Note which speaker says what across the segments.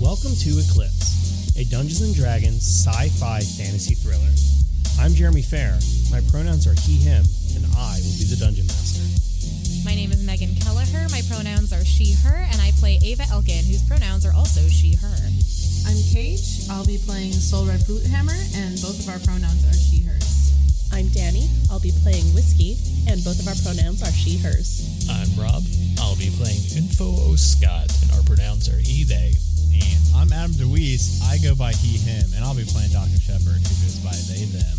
Speaker 1: Welcome to Eclipse, a Dungeons and Dragons sci fi fantasy thriller. I'm Jeremy Fair, my pronouns are he, him, and I will be the Dungeon Master.
Speaker 2: My name is Megan Kelleher. My pronouns are she, her, and I play Ava Elkin, whose pronouns are also she, her.
Speaker 3: I'm Cage. I'll be playing Soul Red Boothammer, and both of our pronouns are she, hers.
Speaker 4: I'm Danny. I'll be playing Whiskey, and both of our pronouns are she, hers.
Speaker 5: I'm Rob. I'll be playing Info O Scott, and our pronouns are he, they.
Speaker 6: And I'm Adam DeWeese. I go by he, him, and I'll be playing Dr. Shepard, who goes by they, them.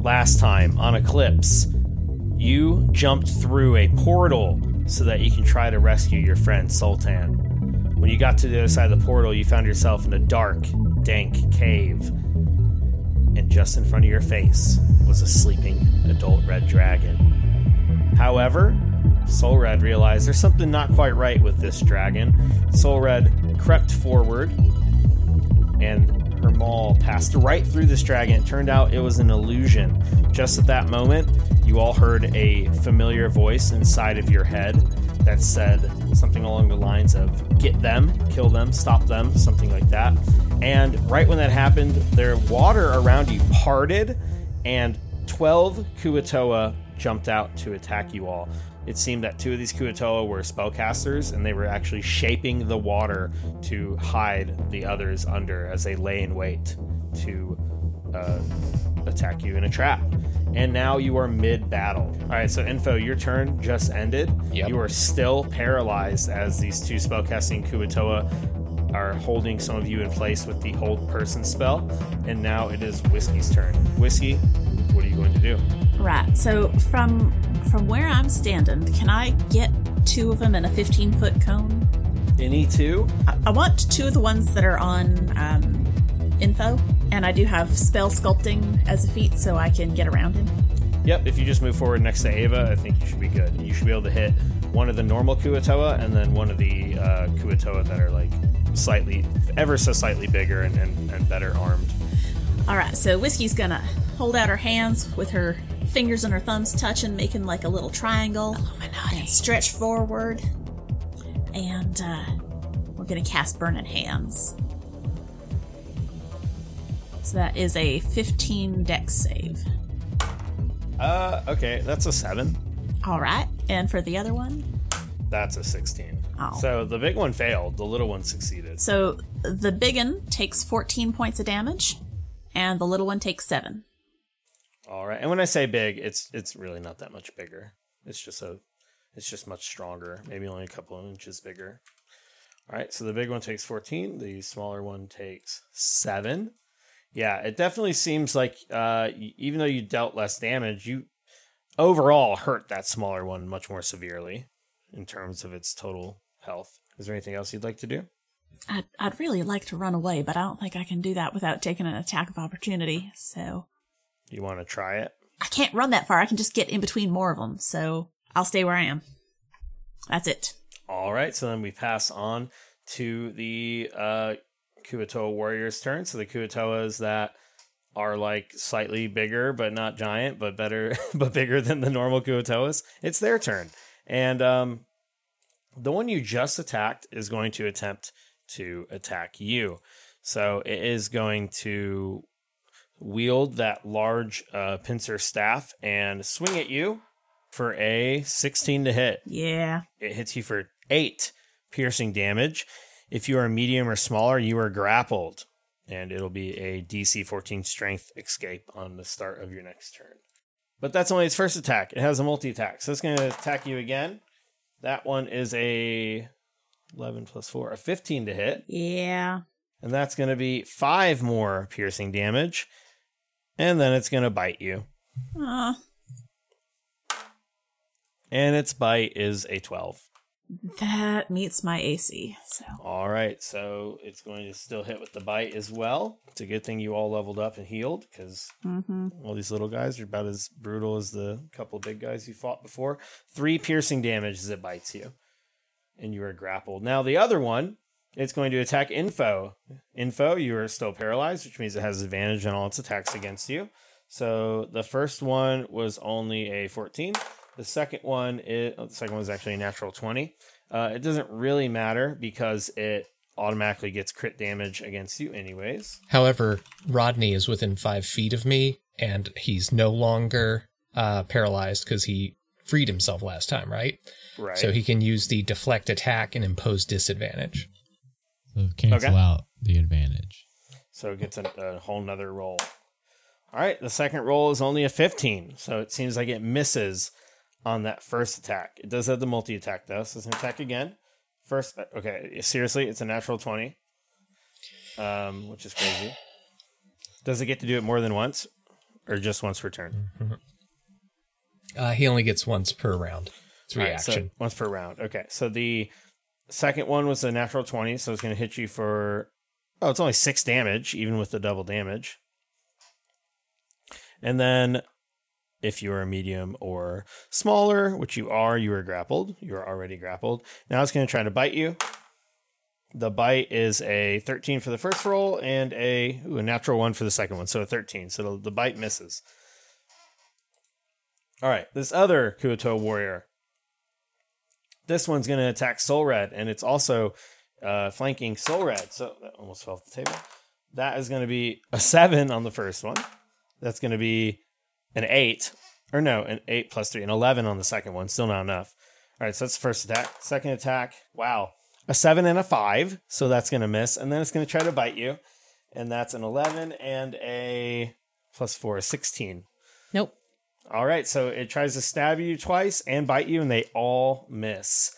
Speaker 1: Last time on Eclipse, you jumped through a portal so that you can try to rescue your friend Sultan. When you got to the other side of the portal, you found yourself in a dark, dank cave. And just in front of your face was a sleeping adult red dragon. However, Soul Red realized there's something not quite right with this dragon. Soul Red crept forward and her maul passed right through this dragon. It turned out it was an illusion. Just at that moment, you all heard a familiar voice inside of your head that said something along the lines of get them, kill them, stop them, something like that. And right when that happened, their water around you parted and 12 Kuatoa jumped out to attack you all. It seemed that two of these Kuatoa were spellcasters, and they were actually shaping the water to hide the others under as they lay in wait to uh, attack you in a trap. And now you are mid battle. All right, so Info, your turn just ended.
Speaker 5: Yep.
Speaker 1: You are still paralyzed as these two spellcasting Kuatoa are holding some of you in place with the hold person spell. And now it is Whiskey's turn. Whiskey, what are you going to do?
Speaker 7: Right. So from from where I'm standing, can I get two of them in a 15 foot cone?
Speaker 1: Any two?
Speaker 7: I, I want two of the ones that are on um, info, and I do have spell sculpting as a feat, so I can get around him.
Speaker 1: Yep, if you just move forward next to Ava, I think you should be good. You should be able to hit one of the normal Kuatoa and then one of the uh, Kuatoa that are like slightly, ever so slightly bigger and, and, and better armed.
Speaker 7: All right. So whiskey's gonna hold out her hands with her fingers and her thumbs touching, making like a little triangle, and stretch forward, and uh, we're gonna cast burning hands. So that is a 15 dex save.
Speaker 1: Uh, okay, that's a seven.
Speaker 7: All right. And for the other one,
Speaker 1: That's a 16.
Speaker 7: Oh.
Speaker 1: So the big one failed, the little one succeeded.
Speaker 7: so the big one takes 14 points of damage, and the little one takes seven.
Speaker 1: All right. And when I say big, it's it's really not that much bigger. It's just a it's just much stronger, maybe only a couple of inches bigger. All right. So the big one takes 14, the smaller one takes 7. Yeah, it definitely seems like uh y- even though you dealt less damage, you overall hurt that smaller one much more severely in terms of its total health. Is there anything else you'd like to do?
Speaker 7: I'd, I'd really like to run away, but I don't think I can do that without taking an attack of opportunity. So
Speaker 1: You want to try it?
Speaker 7: I can't run that far. I can just get in between more of them. So I'll stay where I am. That's it.
Speaker 1: All right, so then we pass on to the uh, Kuatoa Warriors' turn. So the Kuatoas that are like slightly bigger, but not giant, but better, but bigger than the normal Kuatoas. It's their turn, and um, the one you just attacked is going to attempt to attack you. So it is going to wield that large uh, pincer staff and swing at you for a 16 to hit
Speaker 7: Yeah.
Speaker 1: it hits you for eight piercing damage. If you are medium or smaller, you are grappled, and it'll be a DC 14 strength escape on the start of your next turn. But that's only its first attack. It has a multi attack, so it's going to attack you again. That one is a 11 plus 4, a 15 to hit.
Speaker 7: Yeah.
Speaker 1: And that's going to be five more piercing damage. And then it's going to bite you.
Speaker 7: Uh,
Speaker 1: And its bite is a 12.
Speaker 7: that meets my AC. So
Speaker 1: All right, so it's going to still hit with the bite as well. It's a good thing you all leveled up and healed because all these little guys are about as brutal as the couple big guys you fought before. Three piercing damage as it bites you. and you are grappled. Now the other one, it's going to attack info. Info, you are still paralyzed, which means it has advantage on all its attacks against you. So the first one was only a 14. The second one is oh, the second one is actually a natural 20. Uh, it doesn't really matter because it automatically gets crit damage against you anyways.
Speaker 8: However, Rodney is within five feet of me, and he's no longer uh, paralyzed because he freed himself last time, right?
Speaker 1: Right.
Speaker 8: So he can use the deflect attack and impose disadvantage.
Speaker 6: So cancel
Speaker 1: Okay.
Speaker 6: out the advantage.
Speaker 1: So it gets a, a whole nother roll. All right, the second roll is only a 15, so it seems like it misses on that first attack. It does have the multi attack though, so it's an attack again. First, uh, okay, seriously, it's a natural 20, um, which is crazy. Does it get to do it more than once, or just once per turn?
Speaker 8: Uh, he only gets once per round. It's a
Speaker 1: All right, so
Speaker 8: reaction.
Speaker 1: once per round. Okay, so the second one was a natural 20, so it's going to hit you for, oh, it's only six damage, even with the double damage. And then if you are a medium or smaller, which you are, you are grappled. You are already grappled. Now it's going to try to bite you. The bite is a 13 for the first roll and a, ooh, a natural one for the second one. So a 13. So the, the bite misses. All right. This other Kuoto warrior. This one's going to attack Soul Red, and it's also uh, flanking Soul Red. So that almost fell off the table. That is going to be a seven on the first one. That's going to be an eight, or no, an eight plus three, an 11 on the second one. Still not enough. All right, so that's the first attack. Second attack, wow, a seven and a five. So that's going to miss. And then it's going to try to bite you. And that's an 11 and a plus four, a 16.
Speaker 2: Nope.
Speaker 1: All right, so it tries to stab you twice and bite you, and they all miss.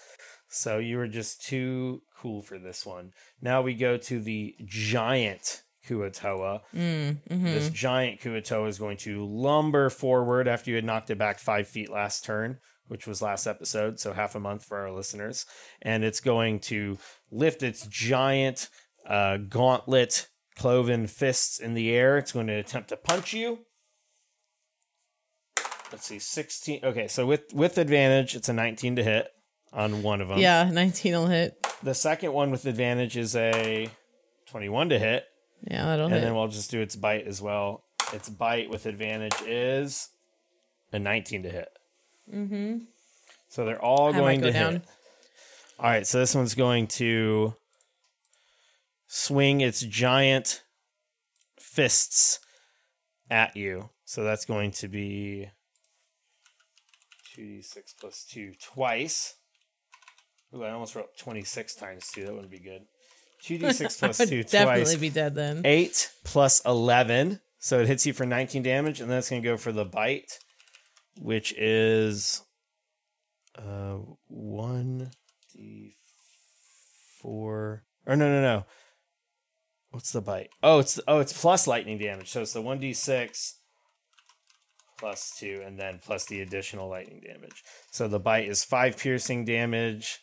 Speaker 1: So you were just too cool for this one. Now we go to the giant Kuatoa. This giant Kuatoa is going to lumber forward after you had knocked it back five feet last turn, which was last episode, so half a month for our listeners. And it's going to lift its giant uh, gauntlet cloven fists in the air. It's going to attempt to punch you let's see 16 okay so with with advantage it's a 19 to hit on one of them
Speaker 9: Yeah, 19 will hit.
Speaker 1: the second one with advantage is a 21 to hit
Speaker 9: Yeah, that'll
Speaker 1: and
Speaker 9: hit.
Speaker 1: then we'll just do its bite as well its bite with advantage is a 19 to hit mm-hmm so they're all
Speaker 9: might
Speaker 1: going
Speaker 9: go
Speaker 1: to
Speaker 9: down.
Speaker 1: hit all right so this one's going to swing its giant fists at you so that's going to be 2d6 plus 2 twice. Ooh, I almost wrote 26 times 2. That wouldn't be good. 2d6 plus
Speaker 9: Would
Speaker 1: 2
Speaker 9: definitely
Speaker 1: twice.
Speaker 9: be dead then.
Speaker 1: 8 plus 11. So it hits you for 19 damage, and then it's going to go for the bite, which is uh, 1d4. Or no, no, no. What's the bite? Oh, it's oh, it's plus lightning damage. So it's the 1d6 plus two, and then plus the additional lightning damage. So the bite is five piercing damage,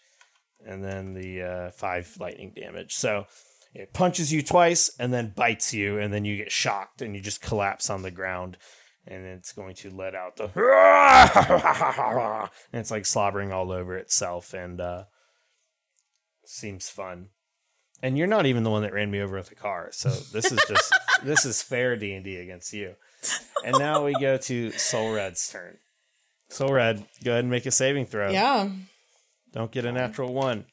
Speaker 1: and then the uh, five lightning damage. So it punches you twice, and then bites you, and then you get shocked, and you just collapse on the ground, and it's going to let out the and it's like slobbering all over itself, and uh, seems fun. And you're not even the one that ran me over with the car, so this is just this is fair D and D against you. And now we go to Soul Red's turn. Soul Red, go ahead and make a saving throw.
Speaker 9: Yeah.
Speaker 1: Don't get a natural one.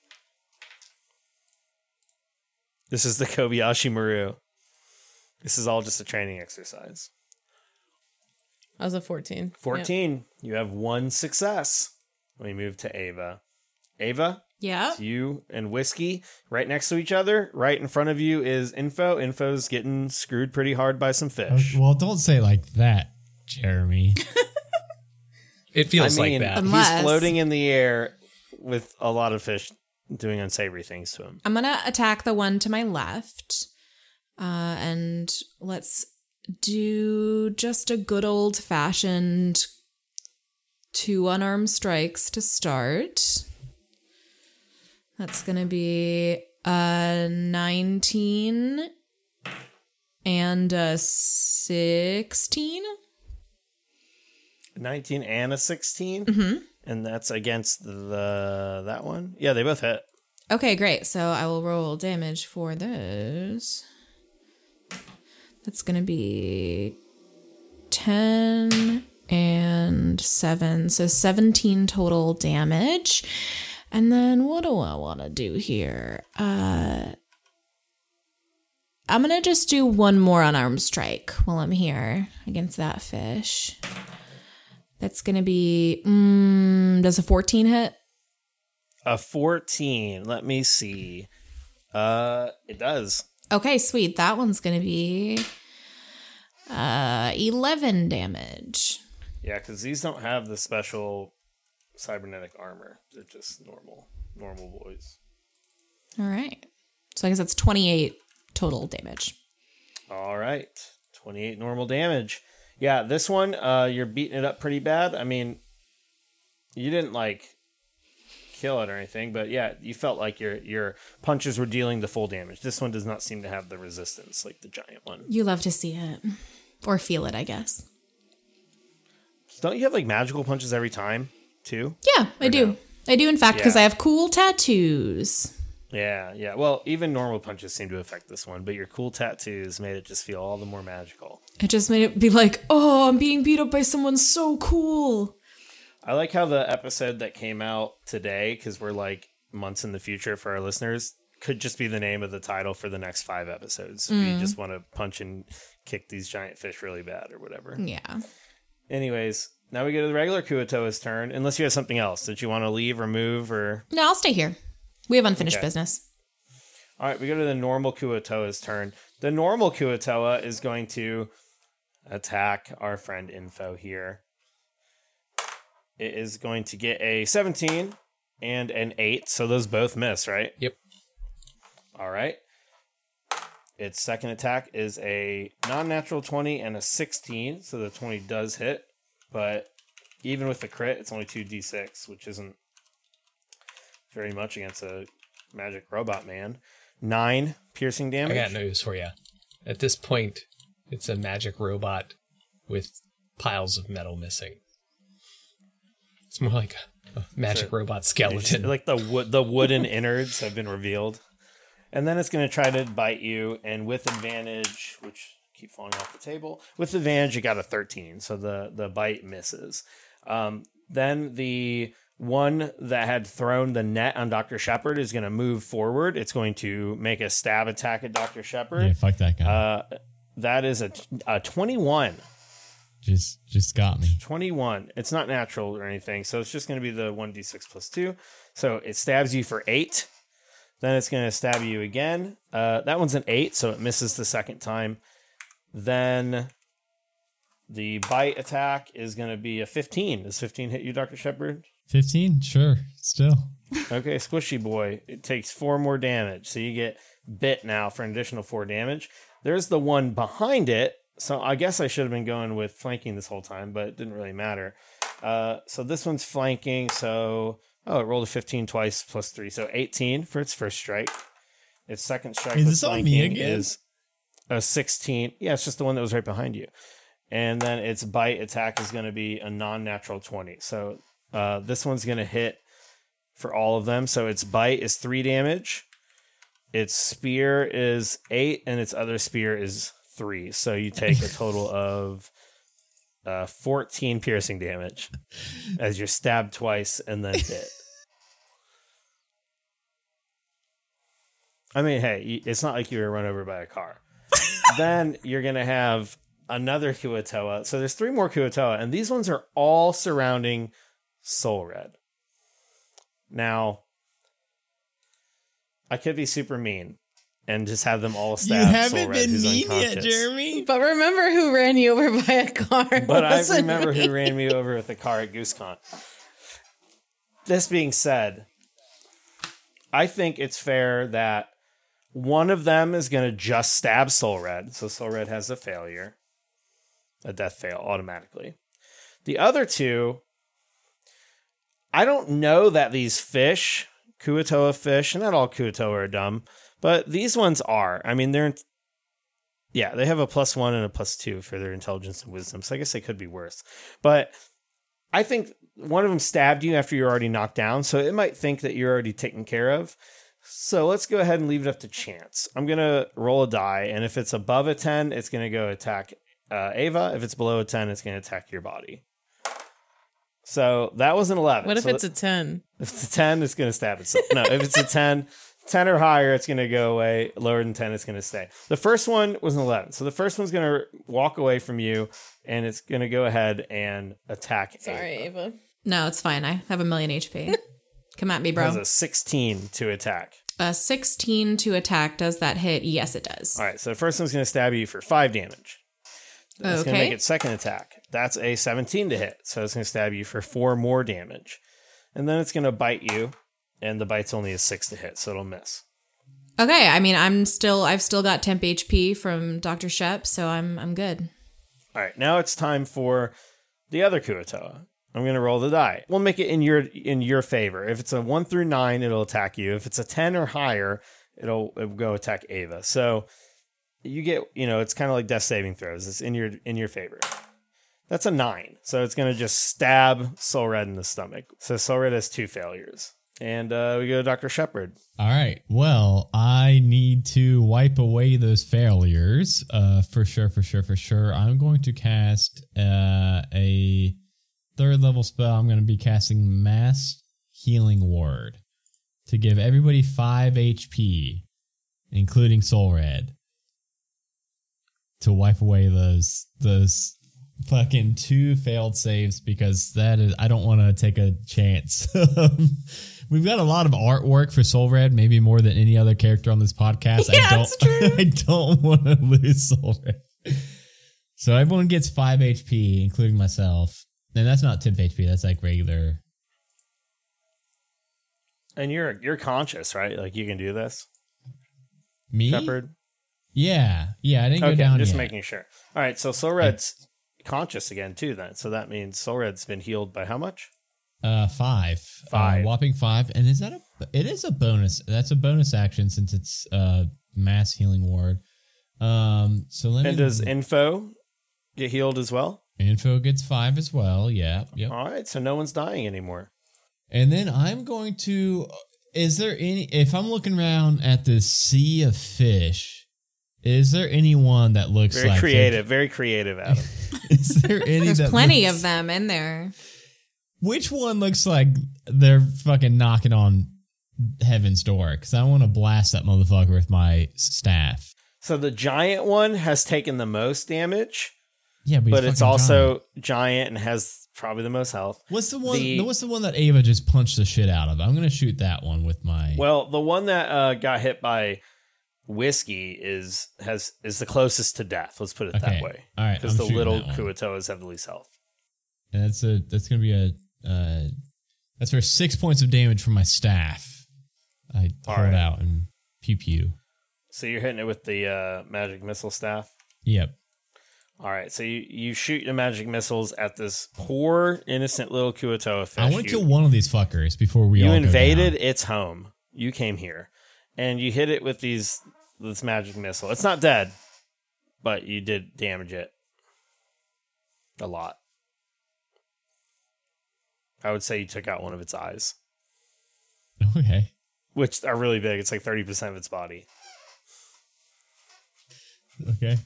Speaker 1: This is the Kobayashi Maru. This is all just a training exercise.
Speaker 9: I was a 14.
Speaker 1: 14. You have one success. We move to Ava. Ava,
Speaker 3: Yeah.
Speaker 1: it's you and Whiskey right next to each other. Right in front of you is Info. Info's getting screwed pretty hard by some fish.
Speaker 6: Well, don't say like that, Jeremy.
Speaker 8: It feels like that.
Speaker 1: he's
Speaker 3: Unless-
Speaker 1: floating in the air with a lot of fish doing unsavory things to him.
Speaker 2: I'm gonna attack the one to my left, uh, and let's do just a good old fashioned two unarmed strikes to start. That's gonna be a 19 and a 16.
Speaker 1: 19 and a 16. and that's against the that one. Yeah, they both hit.
Speaker 2: Okay, great. So I will roll damage for those. That's going to be 10 and 7. So 17 total damage. And then what do I want to do here? Uh I'm going to just do one more unarmed strike while I'm here against that fish. That's going to be mm, does a 14 hit?
Speaker 1: A fourteen. Let me see. Uh, it does.
Speaker 2: Okay, sweet. That one's gonna be uh eleven damage.
Speaker 1: Yeah, because these don't have the special cybernetic armor. They're just normal, normal boys.
Speaker 2: All right. So I guess that's twenty-eight total damage.
Speaker 1: All right, twenty-eight normal damage. Yeah, this one, uh, you're beating it up pretty bad. I mean, you didn't like kill it or anything, but yeah, you felt like your your punches were dealing the full damage. This one does not seem to have the resistance like the giant one.
Speaker 2: You love to see it. Or feel it, I guess.
Speaker 1: Don't you have like magical punches every time too?
Speaker 2: Yeah, I do. I do in fact because
Speaker 1: Yeah.
Speaker 2: I have cool tattoos.
Speaker 1: Yeah, yeah. Well, even normal punches seem to affect this one, but your cool tattoos made it just feel all the more magical.
Speaker 2: It just made it be like, oh, I'm being beat up by someone so cool.
Speaker 1: I like how the episode that came out today, because we're like months in the future for our listeners, could just be the name of the title for the next five episodes. We just want to punch and kick these giant fish really bad or whatever.
Speaker 2: Yeah.
Speaker 1: Anyways, now we go to the regular Kuotoa's turn, unless you have something else that you want to leave or move or.
Speaker 2: No, I'll stay here. We have unfinished
Speaker 1: Okay.
Speaker 2: business.
Speaker 1: All right, we go to the normal Kuotoa's turn. The normal Kuotoa is going to attack our friend Info here. It is going to get a 17 and an 8, so those both miss, right?
Speaker 8: Yep.
Speaker 1: All right. Its second attack is a non natural 20 and a 16. So the 20 does hit. But even with the crit, it's only 2d6, which isn't very much against a magic robot man. Nine piercing
Speaker 8: I
Speaker 1: damage.
Speaker 8: got news for you. At this point, it's a magic robot with piles of metal missing. It's more like a, a magic robot
Speaker 1: You just-
Speaker 8: skeleton.
Speaker 1: like the wood, the wooden innards have been revealed. And then it's going to try to bite you, and with advantage, which keep falling off the table. With advantage, you got a thirteen, so the the bite misses. Um, then the one that had thrown the net on Doctor Shepard is going to move forward. It's going to make a stab attack at Doctor
Speaker 6: Yeah,
Speaker 1: Shepard.
Speaker 6: fuck that guy.
Speaker 1: That is a, t- a 21.
Speaker 6: just just got me.
Speaker 1: 21. It's not natural or anything, so it's just going to be the 1d6 plus 2. So it stabs you for 8. Then it's going to stab you again. Uh, that one's an 8, so it misses the second time. Then the bite attack is going to be a 15. Does 15 hit you, Dr. Shepard?
Speaker 6: Fifteen, sure, still.
Speaker 1: Okay, squishy boy. It takes four more damage. So you get bit now for an additional four damage. There's the one behind it. So I guess I should have been going with flanking this whole time, but it didn't really matter. Uh, so this one's flanking. So, oh, it rolled a 15 twice plus three. So 18 for its first strike. Its second strike
Speaker 6: Is
Speaker 1: with
Speaker 6: this on
Speaker 1: flanking
Speaker 6: me again?
Speaker 1: is a 16. Yeah, it's just the one that was right behind you. And then its bite attack is going to be a non natural 20. So uh, this one's going to hit for all of them. So its bite is three damage, its spear is eight, and its other spear is three. So you take a total of uh, 14 piercing damage as you're stabbed twice and then hit. I mean, hey, y- it's not like you were run over by a car. then you're going to have another Kuotoa. So there's three more Kuotoa, and these ones are all surrounding Soul Red. Now, I could be super mean and just have them all stab Soul Red, who's unconscious.
Speaker 6: Jeremy.
Speaker 9: But remember who ran you over by a car?
Speaker 1: But I
Speaker 9: wasn't
Speaker 1: remember
Speaker 9: me.
Speaker 1: who ran me over with a car at GooseCon. This being said, I think it's fair that one of them is going to just stab Soul Red. So Soul Red has a failure, a death fail automatically. The other two, I don't know that these fish, Kuatoa fish, and not all Kuatoa are dumb, but these ones are. I mean, they're yeah, they have a plus one and a plus two for their intelligence and wisdom. So I guess they could be worse. But I think one of them stabbed you after you're already knocked down, so it might think that you're already taken care of. So let's go ahead and leave it up to chance. I'm gonna roll a die, and if it's above a ten, it's gonna go attack uh, Ava. If it's below a ten, it's gonna attack your body. So that was an eleven.
Speaker 9: What if
Speaker 1: So
Speaker 9: it's a 10?
Speaker 1: if it's a 10, it's going to stab itself. No, if it's a 10, 10 or higher, it's going to go away. Lower than 10, it's going to stay. The first one was an 11. So the first one's going to walk away from you and it's going to go ahead and attack.
Speaker 9: Sorry,
Speaker 1: Ava.
Speaker 9: Ava.
Speaker 2: No, it's fine. I have a million HP. Come at me,
Speaker 1: It has
Speaker 2: bro.
Speaker 1: a 16 to attack.
Speaker 2: A 16 to attack. Does that hit? Yes, it does.
Speaker 1: All right. So the first one's going to stab you for five damage. That's going to
Speaker 2: Okay.
Speaker 1: make its second attack. That's a 17 to hit. So it's going to stab you for four more damage. And then it's going to bite you. And the bite's only a six to hit. So it'll miss.
Speaker 2: Okay, I mean, I'm still, I've still got temp HP from Doctor Shep, so I'm, I'm good.
Speaker 1: All right, now it's time for the other Kuotoa. I'm going to roll the die. We'll make it in your in your favor. If it's a one through nine, it'll attack you. If it's a ten or higher, it'll, it'll go attack Ava. So you get you know it's kind of like death saving throws. It's in your in your favor. That's a nine, so it's going to just stab Soul Red in the stomach. So Soul Red has two failures, and uh, we go to Doctor Shepard.
Speaker 6: All right. Well, I need to wipe away those failures. Uh, for sure, for sure, for sure. I'm going to cast uh, a third level spell. I'm going to be casting Mass Healing Ward to give everybody five HP, including Soul Red, to wipe away those those fucking two failed saves because that is I don't want to take a chance. We've got a lot of artwork for Soul Red, maybe more than any other character on this podcast. I don't I don't want to lose Soul Red. So everyone gets 5 HP including myself. And that's not temp HP, that's like regular.
Speaker 1: And you're you're conscious, right? Like you can do this,
Speaker 6: Me?
Speaker 1: Shepard.
Speaker 6: Yeah. Yeah, I didn't
Speaker 1: Okay,
Speaker 6: go down
Speaker 1: just
Speaker 6: yet.
Speaker 1: making sure. All right, so Soul Red's conscious again too. Then, so that means Soul Red's been healed by how much?
Speaker 6: Uh, five,
Speaker 1: Five.
Speaker 6: uh, whopping five, and is that a? It is a bonus. That's a bonus action since it's uh mass healing ward. Um, so let
Speaker 1: And
Speaker 6: me.
Speaker 1: does Info get healed as well?
Speaker 6: info gets five as well? Yeah, yep.
Speaker 1: All right, so no one's dying anymore.
Speaker 6: And then I'm going to. Is there any? If I'm looking around at this sea of fish, is there anyone that looks
Speaker 1: Very
Speaker 6: like
Speaker 1: creative, very creative, Adam.
Speaker 6: Is there any?
Speaker 2: There's
Speaker 6: that
Speaker 2: plenty
Speaker 6: looks-
Speaker 2: of them in there.
Speaker 6: Which one looks like they're fucking knocking on heaven's door? Because I want to blast that motherfucker with my staff.
Speaker 1: so the giant one has taken the most damage,
Speaker 6: Yeah, but, he's
Speaker 1: but it's
Speaker 6: fucking
Speaker 1: also
Speaker 6: giant.
Speaker 1: giant and has probably the most health.
Speaker 6: what's the one?
Speaker 1: the-
Speaker 6: what's the one that Ava just punched the shit out of? I'm gonna shoot that one with my.
Speaker 1: Well, the one that uh, got hit by whiskey is has is the closest to death. Let's put it
Speaker 6: Okay,
Speaker 1: that way.
Speaker 6: all right,
Speaker 1: because
Speaker 6: I'm
Speaker 1: the
Speaker 6: shooting
Speaker 1: little
Speaker 6: that one.
Speaker 1: Kuatoas have the least health.
Speaker 6: and that's a that's gonna be a uh, that's for six points of damage from my staff. I
Speaker 1: All
Speaker 6: hold
Speaker 1: right.
Speaker 6: out and pew pew.
Speaker 1: So you're hitting it with the uh, magic missile staff.
Speaker 6: Yep.
Speaker 1: All right, so you, you shoot your magic missiles at this poor innocent little Kuotoa fish.
Speaker 6: I want
Speaker 1: You-
Speaker 6: to kill one of these fuckers before we
Speaker 1: You
Speaker 6: all
Speaker 1: invaded
Speaker 6: Go down.
Speaker 1: its home. You came here, and you hit it with these this magic missile. It's not dead, but you did damage it a lot. I would say you took out one of its eyes,
Speaker 6: Okay.
Speaker 1: which are really big. It's like thirty percent of its body.
Speaker 6: Okay.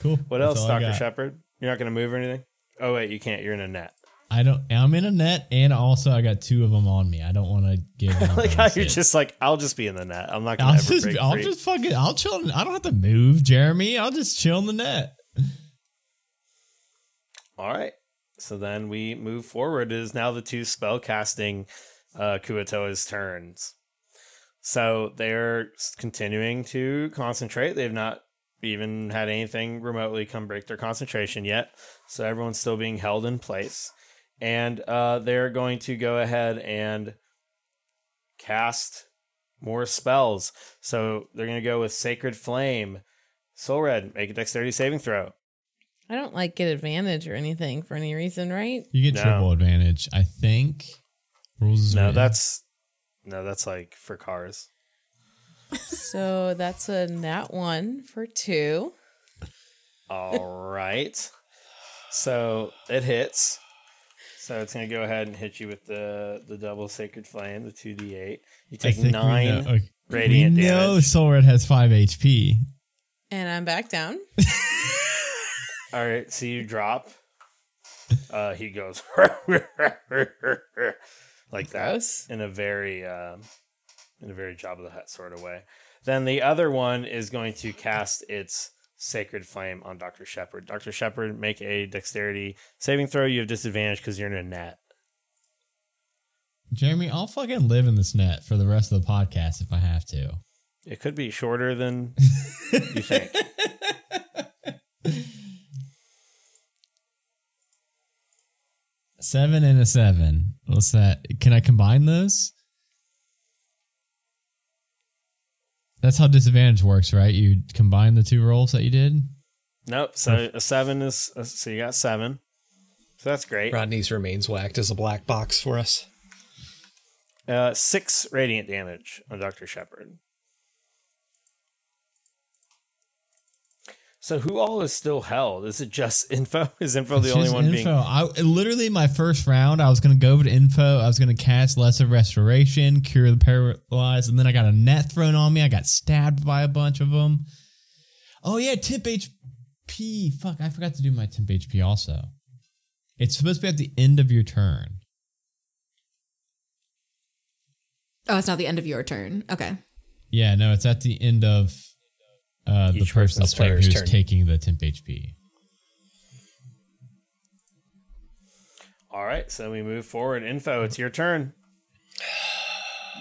Speaker 6: Cool.
Speaker 1: What
Speaker 6: That's
Speaker 1: else,
Speaker 6: all I
Speaker 1: Doctor
Speaker 6: got.
Speaker 1: Shepard? You're not going to move or anything. Oh wait, you can't. You're in a net.
Speaker 6: I don't. I'm in a net, and also I got two of them on me. I don't want to give. them
Speaker 1: like how
Speaker 6: away.
Speaker 1: you're just like, I'll just be in the net. I'm not going
Speaker 6: I'll
Speaker 1: to ever
Speaker 6: just,
Speaker 1: break
Speaker 6: I'll
Speaker 1: free.
Speaker 6: just fucking, I'll chill. in- I don't have to move, Jeremy. I'll just chill in the net.
Speaker 1: All right. So then we move forward. It is now the two spellcasting uh, Kuatoa's turns. So they're s- continuing to concentrate. They've not even had anything remotely come break their concentration yet. So everyone's still being held in place. And uh, they're going to go ahead and cast more spells. So they're going to go with Sacred Flame. Soul Red, make a dexterity saving throw.
Speaker 9: I don't like get advantage or anything for any reason, right?
Speaker 6: You get
Speaker 1: No.
Speaker 6: triple advantage, I think. Rules is
Speaker 1: No,
Speaker 6: written.
Speaker 1: that's no, that's like for cars.
Speaker 9: So that's a nat one for two.
Speaker 1: All right. So it hits. So it's gonna go ahead and hit you with the the double sacred flame, the two d eight. You
Speaker 6: I
Speaker 1: take
Speaker 6: think we
Speaker 1: nine
Speaker 6: know- Oh, okay.
Speaker 1: radiant
Speaker 6: we know
Speaker 1: damage.
Speaker 6: Soul Red has five HP.
Speaker 9: And I'm back down.
Speaker 1: All right, so you drop. Uh, he goes like that
Speaker 9: Gross.
Speaker 1: in a very um, in a very Job of the Hut sort of way. Then the other one is going to cast its sacred flame on Doctor Shepard. Doctor Shepard, make a dexterity saving throw. You have disadvantage because you're in a net.
Speaker 6: Jeremy, I'll fucking live in this net for the rest of the podcast if I have to.
Speaker 1: It could be shorter than you think.
Speaker 6: Seven and a seven. What's that? Can I combine those? That's how disadvantage works, right? You combine the two rolls that you did.
Speaker 1: Nope. So a seven is uh, so you got seven. So that's great.
Speaker 8: Rodney's remains whacked as a black box for us.
Speaker 1: Uh, six radiant damage on Doctor Shepard. So who all is still held? Is it just info? Is info the
Speaker 6: It's
Speaker 1: only
Speaker 6: just
Speaker 1: one
Speaker 6: info.
Speaker 1: being
Speaker 6: I literally my first round, I was gonna go over to info. I was gonna cast lesser restoration, cure the paralyzed, and then I got a net thrown on me. I got stabbed by a bunch of them. Oh yeah, temp HP. Fuck, I forgot to do my temp HP also. It's supposed to be at the end of your turn.
Speaker 2: Oh, it's not the end of your turn. Okay.
Speaker 6: Yeah, no, it's at the end of uh, the
Speaker 8: Each
Speaker 6: person
Speaker 8: person's
Speaker 6: the player
Speaker 8: player's
Speaker 6: who's
Speaker 8: turn.
Speaker 6: taking the temp HP.
Speaker 1: All right, so we move forward. Info, it's your turn.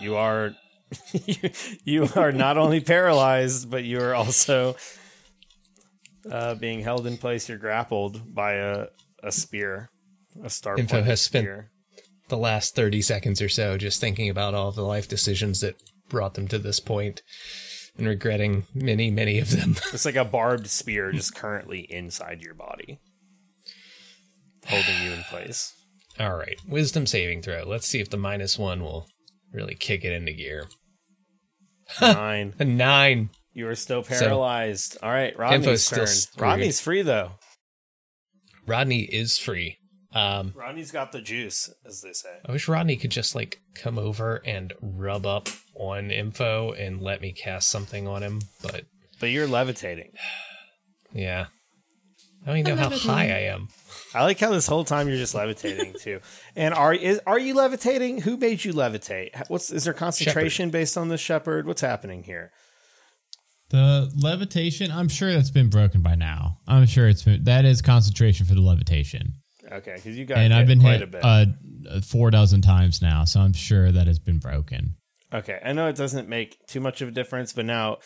Speaker 1: You are you are not only paralyzed, but you are also uh, being held in place. You're grappled by a, a spear, a star
Speaker 8: Info
Speaker 1: pointed
Speaker 8: has spent-
Speaker 1: spear.
Speaker 8: The last 30 seconds or so, just thinking about all of the life decisions that brought them to this point and regretting many, many of them.
Speaker 1: It's like a barbed spear, just currently inside your body, holding you in place.
Speaker 8: all right, wisdom saving throw. Let's see if the minus one will really kick it into gear.
Speaker 1: Nine.
Speaker 8: A nine.
Speaker 1: You are still paralyzed. All right,
Speaker 8: Info's
Speaker 1: Rodney's
Speaker 8: still
Speaker 1: turn.
Speaker 8: screwed.
Speaker 1: Rodney's free though.
Speaker 8: Rodney is free. Um,
Speaker 1: Rodney's got the juice, as they say.
Speaker 8: I wish Rodney could just like come over and rub up on info and let me cast something on him, but
Speaker 1: But you're levitating.
Speaker 8: yeah. I don't even know how high I am.
Speaker 1: I like how this whole time you're just levitating too. And are is, are you levitating? Who made you levitate? What's is there concentration based on this shepherd? What's happening here?
Speaker 6: The levitation, I'm sure that's been broken by now. I'm sure it's been that is concentration for the levitation.
Speaker 1: Okay, because you got
Speaker 6: and
Speaker 1: hit
Speaker 6: I've been
Speaker 1: quite a
Speaker 6: hit
Speaker 1: bit.
Speaker 6: uh, four dozen times now, so I'm sure that has been broken.
Speaker 1: okay, I know it doesn't make too much of a difference, but now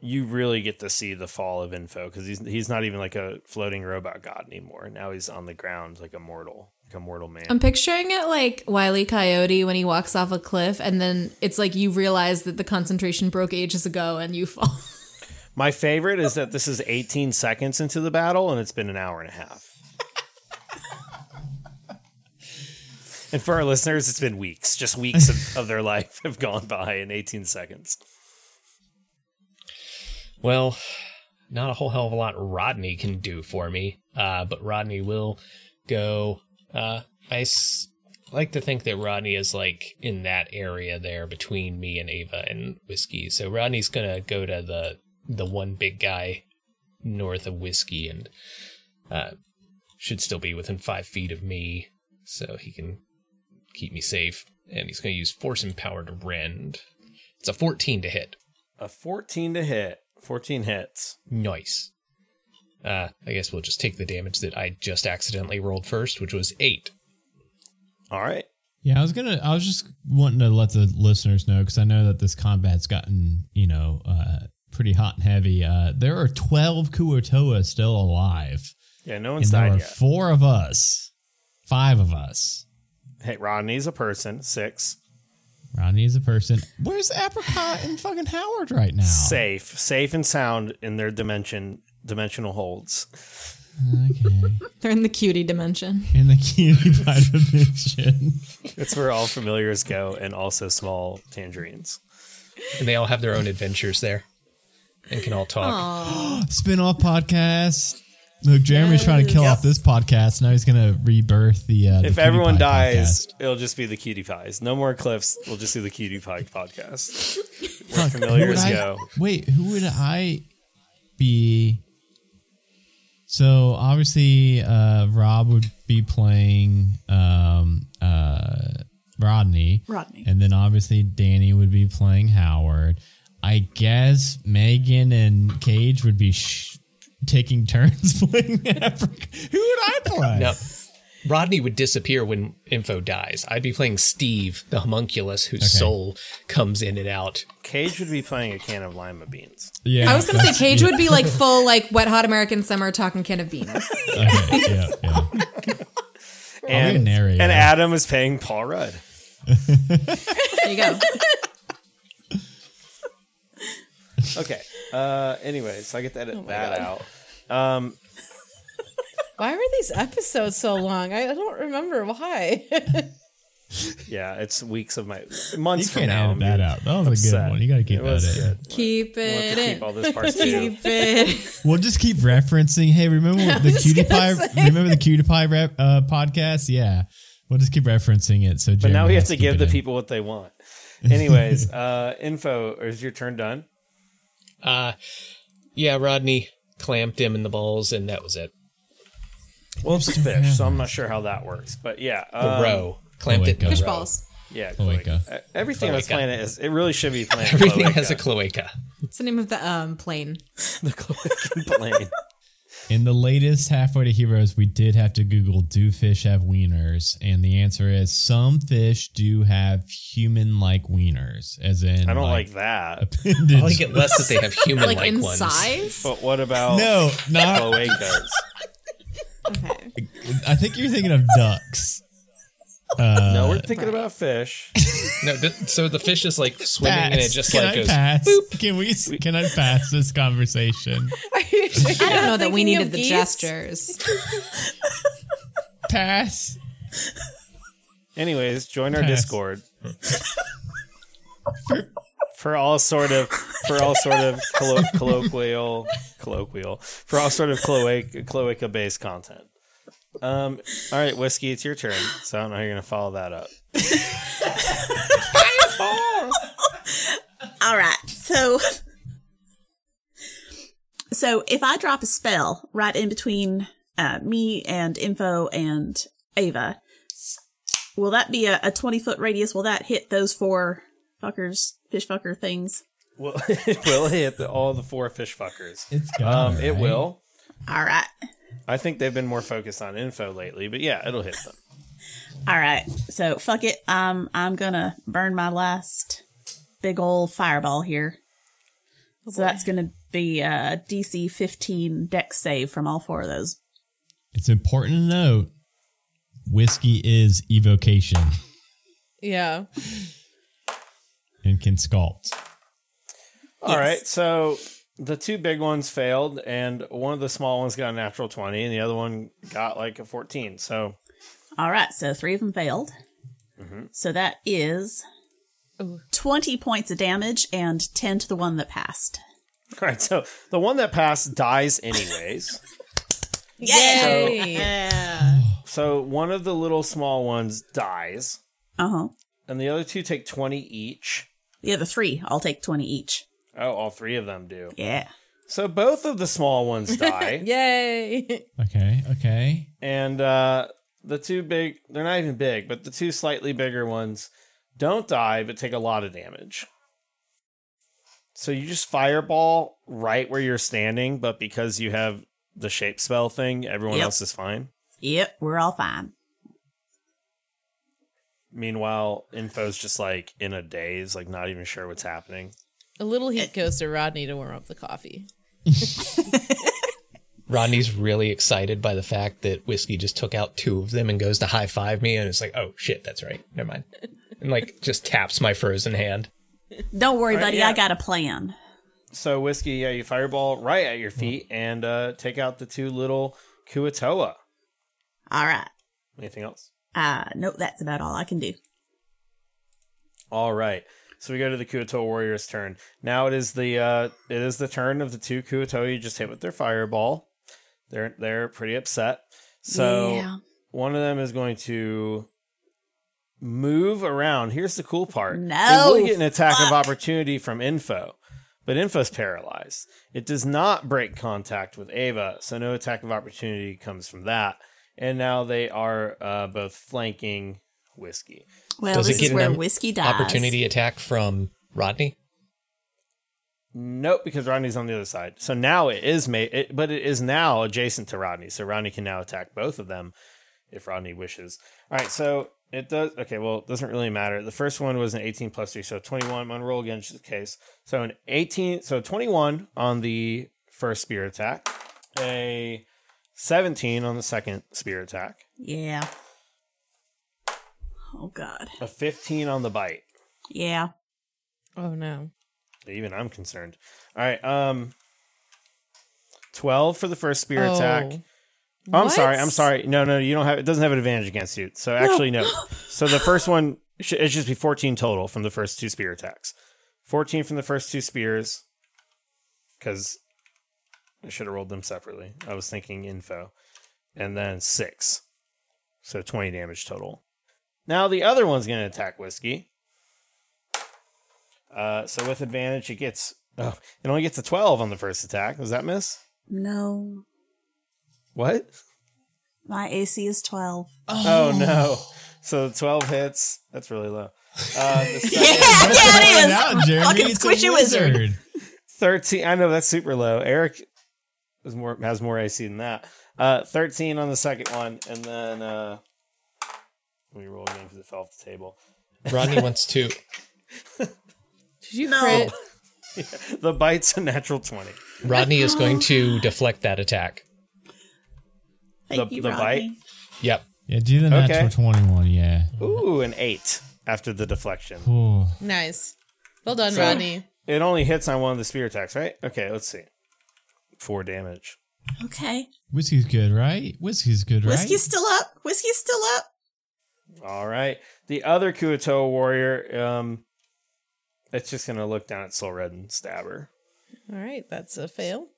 Speaker 1: you really get to see the fall of info because he's he's not even like a floating robot god anymore. Now he's on the ground like a mortal, like a mortal man.
Speaker 2: I'm picturing it like Wiley Coyote when he walks off a cliff, and then it's like you realize that the concentration broke ages ago and you fall.
Speaker 1: My favorite is that this is 18 seconds into the battle and it's been an hour and a half. and for our listeners, it's been weeks. Just weeks of, of their life have gone by in 18 seconds.
Speaker 8: Well, not a whole hell of a lot Rodney can do for me, uh, but Rodney will go. Uh, I s- like to think that Rodney is like in that area there between me and Ava and Whiskey. So Rodney's gonna go to the the one big guy north of Whiskey and uh, should still be within five feet of me, so he can keep me safe. And he's gonna use force and power to rend. It's a fourteen to hit.
Speaker 1: A 14 to hit, 14 hits.
Speaker 8: Nice. Uh, I guess we'll just take the damage that I just accidentally rolled first, which was eight.
Speaker 1: All right.
Speaker 6: Yeah, I was gonna. I was just wanting to let the listeners know because I know that this combat's gotten you know uh, pretty hot and heavy. Uh, there are twelve Kuotoa still alive,
Speaker 1: Yeah, no
Speaker 6: and
Speaker 1: one's
Speaker 6: there
Speaker 1: died
Speaker 6: are
Speaker 1: yet.
Speaker 6: four of us, five of us.
Speaker 1: hey, Rodney's a person. Six.
Speaker 6: Rodney's a person. Where's Apricot and fucking Howard right now?
Speaker 1: Safe. Safe and sound in their dimension, dimensional holds.
Speaker 6: Okay.
Speaker 2: They're in the cutie dimension.
Speaker 6: In the cutie pie dimension.
Speaker 1: That's where all familiars go and also small tangerines.
Speaker 8: And they all have their own adventures there and can all talk.
Speaker 6: Spin off podcast. Look, Jeremy's trying to kill off this podcast. Now he's going to rebirth the. Uh, the
Speaker 1: If everyone
Speaker 6: PewDiePie
Speaker 1: dies,
Speaker 6: podcast.
Speaker 1: it'll just be the cutie pies. No more cliffs. We'll just do the cutie pie podcast. Where familiars
Speaker 6: Who would I-
Speaker 1: go.
Speaker 6: Wait, who would I be? So obviously, uh, Rob would be playing um, uh, Rodney.
Speaker 7: Rodney.
Speaker 6: And then obviously, Danny would be playing Howard. I guess Megan and Cage would be sh- taking turns playing Africa. Who would I play?
Speaker 8: No. Rodney would disappear when info dies. I'd be playing Steve, the homunculus whose soul comes in and out.
Speaker 1: Cage would be playing a can of lima beans.
Speaker 6: Yeah,
Speaker 2: I was gonna say
Speaker 6: that's-
Speaker 2: Cage
Speaker 6: yeah,
Speaker 2: would be like full like wet hot American summer talking can of beans.
Speaker 6: okay, yeah, yeah. I'll be a
Speaker 1: And,
Speaker 6: narrator.
Speaker 1: and Adam is paying Paul Rudd.
Speaker 2: There you go.
Speaker 1: Okay. Uh, anyway, so I get to edit that out. Um,
Speaker 9: Why were these episodes so long? I don't remember why.
Speaker 1: yeah, it's weeks of my months from
Speaker 6: You can't
Speaker 1: now.
Speaker 6: edit that out. That was a good
Speaker 1: upset.
Speaker 6: one. You got to keep
Speaker 1: It
Speaker 6: that
Speaker 1: was
Speaker 6: in.
Speaker 1: good.
Speaker 2: Keep
Speaker 1: We'll have
Speaker 2: it
Speaker 1: to keep all
Speaker 2: in.
Speaker 1: this part too.
Speaker 2: Keep it.
Speaker 6: We'll just keep referencing. Hey, remember the cutie pie? Remember the cutie pie rep, uh, podcast? Yeah, we'll just keep referencing it. So,
Speaker 1: But now we have
Speaker 6: has
Speaker 1: to
Speaker 6: keep
Speaker 1: give
Speaker 6: it
Speaker 1: the
Speaker 6: in.
Speaker 1: people what they want. Anyways, uh, info or is your turn done?
Speaker 8: Uh, yeah, Rodney clamped him in the balls, and that was it.
Speaker 1: Well, it's a fish, so I'm not sure how that works. But yeah,
Speaker 8: The
Speaker 1: um,
Speaker 8: row. Clamped it. in the
Speaker 6: Cloaca.
Speaker 2: Fish
Speaker 8: row.
Speaker 2: balls.
Speaker 1: Yeah,
Speaker 6: Cloaca.
Speaker 1: cloaca. E- Everything on this
Speaker 8: Cloaca.
Speaker 1: planet is. It really should be planet.
Speaker 8: Everything
Speaker 1: cloaca.
Speaker 8: has a cloaca.
Speaker 2: It's the name of the um plane.
Speaker 1: the cloaca plane.
Speaker 6: In the latest halfway to heroes, we did have to Google: Do fish have wieners? And the answer is some fish do have human-like wieners, as in
Speaker 1: I don't like that.
Speaker 8: I like it less that they have human-like
Speaker 2: Like in
Speaker 8: ones.
Speaker 2: size?
Speaker 1: But what about
Speaker 6: No, not.
Speaker 1: cloacas?
Speaker 2: Okay.
Speaker 6: I think you're thinking of ducks.
Speaker 1: no, we're thinking about fish.
Speaker 8: No, th- so the fish is like swimming, and it
Speaker 6: Pass.
Speaker 8: just
Speaker 6: can
Speaker 8: like
Speaker 6: I
Speaker 8: goes.
Speaker 6: pass? Can we? s- Can I pass this conversation?
Speaker 2: I don't know that we
Speaker 9: Thinking
Speaker 2: needed
Speaker 9: of
Speaker 2: the
Speaker 9: geese?
Speaker 2: gestures.
Speaker 6: Pass.
Speaker 1: Anyways, join our
Speaker 6: Pass.
Speaker 1: Discord for all sort of for all sort of collo- colloquial colloquial for all sort of cloaca cloaca based content. Um. All right, whiskey, it's your turn. So I don't know how you're gonna follow that up.
Speaker 7: All right. So So if I drop a spell right in between uh, me and Info and Ava, will that be a, a 20 foot radius? Will that hit those four fuckers, fish fucker things?
Speaker 1: Well, it will hit the, all the four fish fuckers.
Speaker 6: It's
Speaker 1: Um,
Speaker 6: got
Speaker 1: it will.
Speaker 7: All right.
Speaker 1: I think they've been more focused on info lately, but yeah, it'll hit them.
Speaker 7: All right. So fuck it. Um, I'm going to burn my last big old fireball here. So that's going to be a DC 15 deck save from all four of those
Speaker 6: It's important to note whiskey is evocation
Speaker 9: yeah.
Speaker 6: and can sculpt.
Speaker 1: All right, so the two big ones failed, and one of the small ones got a natural twenty, and the other one got like a fourteen. So
Speaker 7: All right, so three of them failed. So that is 20 points of damage and 10 to the one that passed.
Speaker 1: All right, so the one that passed dies anyways.
Speaker 9: Yay!
Speaker 1: so one of the little small ones dies,
Speaker 7: Uh huh.
Speaker 1: and the other two take 20 each.
Speaker 7: The other three, I'll take 20 each.
Speaker 1: Oh, all three of them do.
Speaker 7: Yeah.
Speaker 1: So both of the small ones die,
Speaker 9: Yay!
Speaker 6: Okay, okay.
Speaker 1: and uh, the two big, they're not even big, but the two slightly bigger ones don't die, but take a lot of damage. So you just fireball right where you're standing, but because you have the shape spell thing, everyone
Speaker 7: Yep.
Speaker 1: else is fine.
Speaker 7: Yep, we're all fine.
Speaker 1: Meanwhile, Info's just like in a daze, like not even sure what's happening.
Speaker 9: A little heat goes to Rodney to warm up the coffee.
Speaker 8: Rodney's really excited by the fact that Whiskey just took out two of them and goes to high five me, and it's like, oh shit, that's right, never mind, and like just taps my frozen hand.
Speaker 7: Don't worry, buddy,
Speaker 1: yeah.
Speaker 7: I got a plan.
Speaker 1: So whiskey, yeah, you fireball right at your feet and uh, take out the two little Kuatoa.
Speaker 7: All right.
Speaker 1: Anything else?
Speaker 7: Uh, nope, that's about all I can do.
Speaker 1: All right. So we go to the Kuatoa warrior's turn. Now it is the uh, it is the turn of the two Kuatoa you just hit with their fireball. They're they're pretty upset. So one of them is going to move around. Here's the cool part.
Speaker 7: No,
Speaker 1: They will get an attack of
Speaker 7: fuck.
Speaker 1: opportunity from info, but info's paralyzed. It does not break contact with Ava, so no attack of opportunity comes from that. And now they are uh, both flanking whiskey.
Speaker 7: well,
Speaker 8: Does it
Speaker 7: this is
Speaker 8: get
Speaker 7: where
Speaker 8: an
Speaker 7: whiskey dies.
Speaker 8: Opportunity attack from Rodney.
Speaker 1: Nope, because Rodney's on the other side. So now it is made, it, but it is now adjacent to Rodney. So Rodney can now attack both of them if Rodney wishes. All right, so it does. Okay, well, it doesn't really matter. The first one was an 18 plus 3, so 21. I'm going to roll again just in case. So an 18, so 21 on the first spear attack, a 17 on the second spear attack,
Speaker 7: Yeah. Oh God.
Speaker 1: a 15 on the bite.
Speaker 7: Yeah.
Speaker 9: Oh no.
Speaker 1: Even I'm concerned. All right, um, 12 for the first spear attack.
Speaker 9: Oh.
Speaker 1: I'm
Speaker 9: What?
Speaker 1: sorry. I'm sorry. No, no, you don't have. It doesn't have an advantage against you. So actually, no. So the first one sh- it should just be 14 total from the first two spear attacks. 14 from the first two spears, because I should have rolled them separately. I was thinking info, and then six, so 20 damage total. Now the other one's going to attack whiskey. Uh, so with advantage, it gets. Oh, it only gets a 12 on the first attack. Does that miss?
Speaker 7: No,
Speaker 1: What?
Speaker 7: my AC is twelve.
Speaker 1: Oh no! So twelve hits. That's really low. Uh, the second-
Speaker 7: yeah, it
Speaker 6: Find out, Jeremy.
Speaker 7: Fucking
Speaker 6: It's a
Speaker 7: squishy wizard.
Speaker 1: Thirteen. I know that's super low. Eric is more has more AC than that. Uh, Thirteen on the second one, and then uh, let me roll again because it fell off the table.
Speaker 8: Rodney wants to.
Speaker 9: Did you
Speaker 7: No.
Speaker 9: crit?
Speaker 1: The bite's a natural twenty.
Speaker 8: Rodney is going to deflect that attack.
Speaker 7: Thank
Speaker 1: The-
Speaker 7: you,
Speaker 1: the
Speaker 7: Rodney.
Speaker 8: Yep.
Speaker 6: Yeah, do the
Speaker 1: Okay.
Speaker 6: natural 21. Yeah.
Speaker 1: Ooh, an eight after the deflection.
Speaker 6: Ooh.
Speaker 9: Nice. Well done,
Speaker 1: So-
Speaker 9: Rodney.
Speaker 1: It only hits on one of the spear attacks, right? Okay, let's see. Four damage.
Speaker 7: Okay,
Speaker 6: Whiskey's good, right? Whiskey's good, right?
Speaker 7: whiskey's still up. Whiskey's still up.
Speaker 1: All right. The other Kuotoa warrior, um, it's just gonna look down at Soul Red and stab her.
Speaker 9: All right, that's a fail.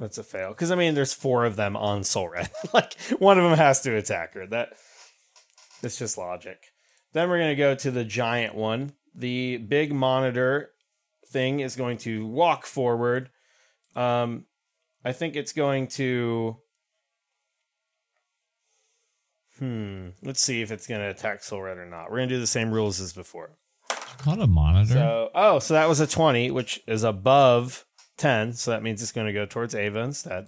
Speaker 1: That's a fail. Because I mean, there's four of them on Soul Red. like one of them has to attack her. That it's just logic. Then we're gonna go to the giant one. The big monitor thing is going to walk forward. Um, I think it's going to. Hmm. Let's see if it's going to attack Soul Red or not. We're going to do the same rules as before.
Speaker 6: Call it a monitor.
Speaker 1: So, oh, so that was a 20, which is above 10. So that means it's going to go towards Ava instead.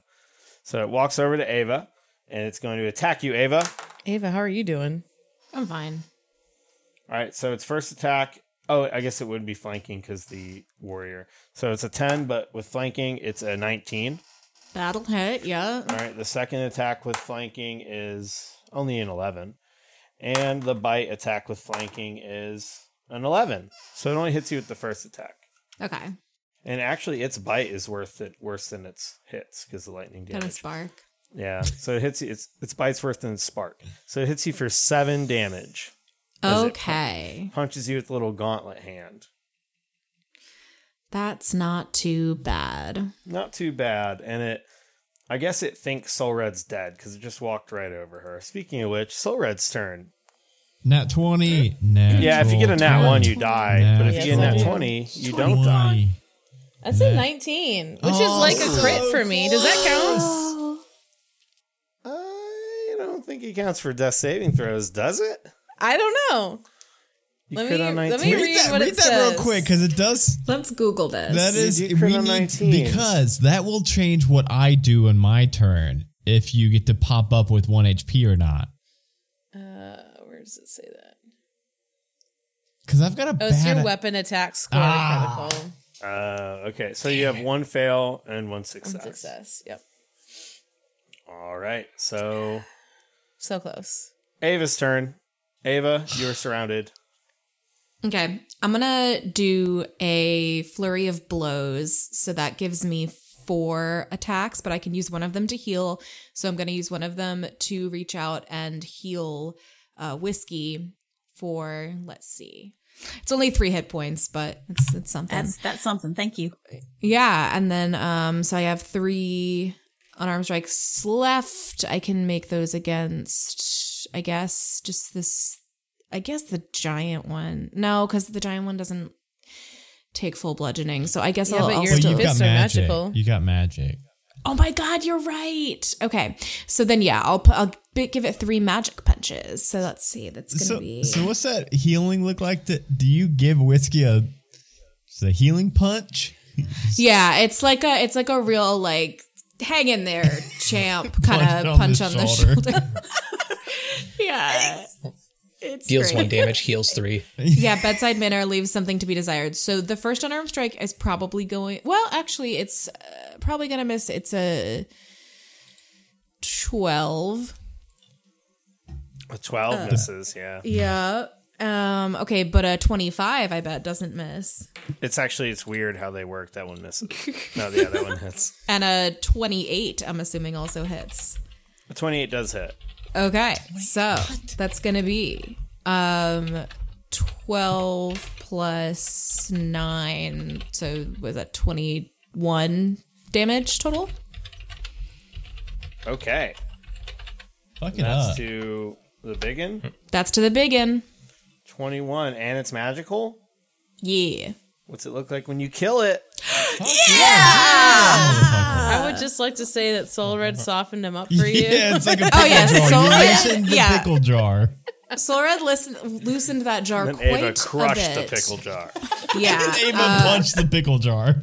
Speaker 1: So it walks over to Ava and it's going to attack you, Ava.
Speaker 9: Ava, how are you doing?
Speaker 2: I'm fine.
Speaker 1: All right. So its first attack. Oh, I guess it would be flanking because the warrior. So it's a 10, but with flanking, it's a 19.
Speaker 2: That'll hit. Yeah.
Speaker 1: All right. The second attack with flanking is only an 11. And the bite attack with flanking is an 11. So it only hits you with the first attack.
Speaker 2: Okay.
Speaker 1: And actually, its bite is worth it worse than its hits because the lightning
Speaker 2: Got a
Speaker 1: damage.
Speaker 2: spark.
Speaker 1: Yeah, so it hits you. Its its bite's worse than its spark, so it hits you for seven damage. Does it
Speaker 2: Okay.
Speaker 1: Punches you with a little gauntlet hand.
Speaker 2: That's not too bad.
Speaker 1: Not too bad, and it. I guess it thinks Soul Red's dead because it just walked right over her. Speaking of which, Soul Red's turn.
Speaker 6: Nat 20. Natural
Speaker 1: yeah, if you get a nat
Speaker 6: 20.
Speaker 1: one, you die. but if
Speaker 6: Yes,
Speaker 1: you get a
Speaker 6: I
Speaker 1: nat
Speaker 6: do.
Speaker 1: twenty, you don't die.
Speaker 9: That's a 19, which
Speaker 6: Oh,
Speaker 9: is like a crit for me. Does that count?
Speaker 1: I don't think it counts for death saving throws, does it?
Speaker 9: I don't know.
Speaker 1: You
Speaker 9: Let
Speaker 1: crit
Speaker 9: me-
Speaker 1: on
Speaker 9: let me
Speaker 1: 19?
Speaker 9: read that- what it
Speaker 6: read that real
Speaker 9: says.
Speaker 6: quick because it does.
Speaker 2: Let's Google this.
Speaker 6: That is
Speaker 1: did
Speaker 6: we
Speaker 1: crit on
Speaker 6: need-
Speaker 1: 19.
Speaker 6: because that will change what I do in my turn if you get to pop up with one HP or not.
Speaker 9: Uh, where does it say that?
Speaker 6: Because I've got a
Speaker 9: Oh,
Speaker 6: bad.
Speaker 9: it's your weapon attack score
Speaker 6: Ah.
Speaker 9: critical.
Speaker 1: Uh, okay, so you have one fail and one success.
Speaker 9: Success. Yep.
Speaker 1: All right, so
Speaker 9: So close.
Speaker 1: Ava's turn. Ava, you're surrounded.
Speaker 2: Okay. I'm going to do a flurry of blows. So that gives me four attacks, but I can use one of them to heal. So I'm going to use one of them to reach out and heal uh, Whiskey for, let's see. It's only three hit points, but it's, it's something.
Speaker 7: That's that's something. Thank you.
Speaker 2: yeah. And then, um, so I have three unarmed strikes left. I can make those against, I guess, just this. I guess the giant one. No, because the giant one doesn't take full bludgeoning. So I guess
Speaker 9: Yeah,
Speaker 2: I'll,
Speaker 9: but
Speaker 2: I'll
Speaker 9: you're-
Speaker 6: Well,
Speaker 2: still.
Speaker 6: you got
Speaker 9: fists are
Speaker 6: magic.
Speaker 9: magical.
Speaker 6: You got magic.
Speaker 2: Oh my god, you're right. Okay, so then yeah, I'll put. I'll bi- give it three magic punches. So let's see. That's gonna
Speaker 6: So,
Speaker 2: be.
Speaker 6: so what's that healing look like? To, do you give whiskey a, just a healing punch?
Speaker 2: Yeah, it's like a it's like a real like hang in there, champ
Speaker 6: Punch on
Speaker 2: kind of punch
Speaker 6: the
Speaker 2: on the
Speaker 6: shoulder.
Speaker 2: shoulder. yeah. It's
Speaker 8: Deals
Speaker 2: great.
Speaker 8: one damage, heals three.
Speaker 2: Yeah, bedside manner leaves something to be desired. So the first unarmed strike is probably going. Well, actually, it's uh, probably going to miss. It's a twelve.
Speaker 1: A 12 misses, yeah.
Speaker 2: Yeah. Um. Okay, but a twenty-five, I bet, doesn't miss,
Speaker 1: It's actually, it's weird how they work. That one misses. no, yeah, that one hits.
Speaker 2: and a twenty-eight. I'm assuming also hits.
Speaker 1: A 28 does hit.
Speaker 2: Okay, so that's gonna be um twelve plus nine, so was that twenty one damage total?
Speaker 1: Okay.
Speaker 6: Fuck it
Speaker 1: That's
Speaker 6: up.
Speaker 1: to the biggin.
Speaker 2: That's to the biggin.
Speaker 1: 21. And it's magical.
Speaker 2: Yeah.
Speaker 1: What's it look like when you kill it?
Speaker 2: Ah,
Speaker 9: I would just like to say that Soul
Speaker 1: Uh,
Speaker 9: Red softened him up for you.
Speaker 6: Yeah, it's like a pickle
Speaker 2: Oh yeah,
Speaker 6: jar.
Speaker 2: Soul
Speaker 6: You
Speaker 2: Red.
Speaker 6: mentioned the
Speaker 2: Yeah,
Speaker 6: pickle jar.
Speaker 2: Soul Red listen, loosened that jar
Speaker 1: Then
Speaker 2: quite
Speaker 1: Ava crushed
Speaker 2: a
Speaker 1: the
Speaker 2: bit.
Speaker 1: pickle jar.
Speaker 2: Yeah,
Speaker 6: Ava punched the pickle jar.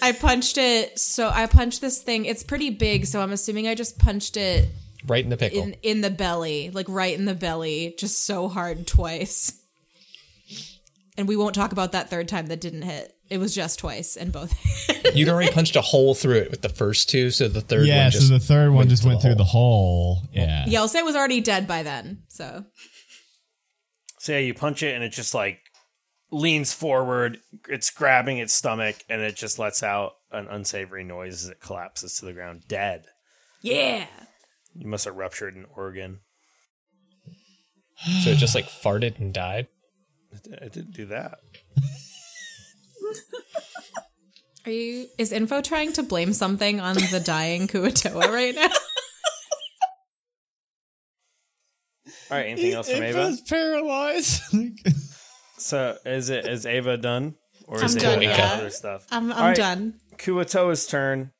Speaker 2: I punched it. So I punched this thing. It's pretty big, so I'm assuming I just punched it
Speaker 8: Right in the pickle.
Speaker 1: Oh.
Speaker 2: in in the belly, like right in the belly, just so hard twice. And we won't talk about that third time that didn't hit. It was just twice and both.
Speaker 8: You'd already punched a hole through it with the first two, so the third
Speaker 6: Yeah,
Speaker 8: one just
Speaker 6: so the third one just went
Speaker 8: through
Speaker 6: through
Speaker 8: the
Speaker 6: the hole. Yeah.
Speaker 2: yeah, I'll say it was already dead by then. So
Speaker 1: So yeah, you punch it and it just like leans forward. It's grabbing its stomach and it just lets out an unsavory noise as it collapses to the ground dead.
Speaker 2: yeah,
Speaker 1: You must have ruptured an organ.
Speaker 8: so it just like farted and died.
Speaker 1: It, it didn't do that.
Speaker 2: are you? Is Info trying to blame something on the dying Kuatoa right now?
Speaker 1: All right, anything else from
Speaker 6: It
Speaker 1: Ava?
Speaker 6: was paralyzed.
Speaker 1: So is it is Ava done or is Ava
Speaker 2: I'm done,
Speaker 1: got
Speaker 2: yeah.
Speaker 1: other stuff?
Speaker 2: I'm, I'm
Speaker 1: All right.
Speaker 2: done.
Speaker 1: Kuatoa's turn.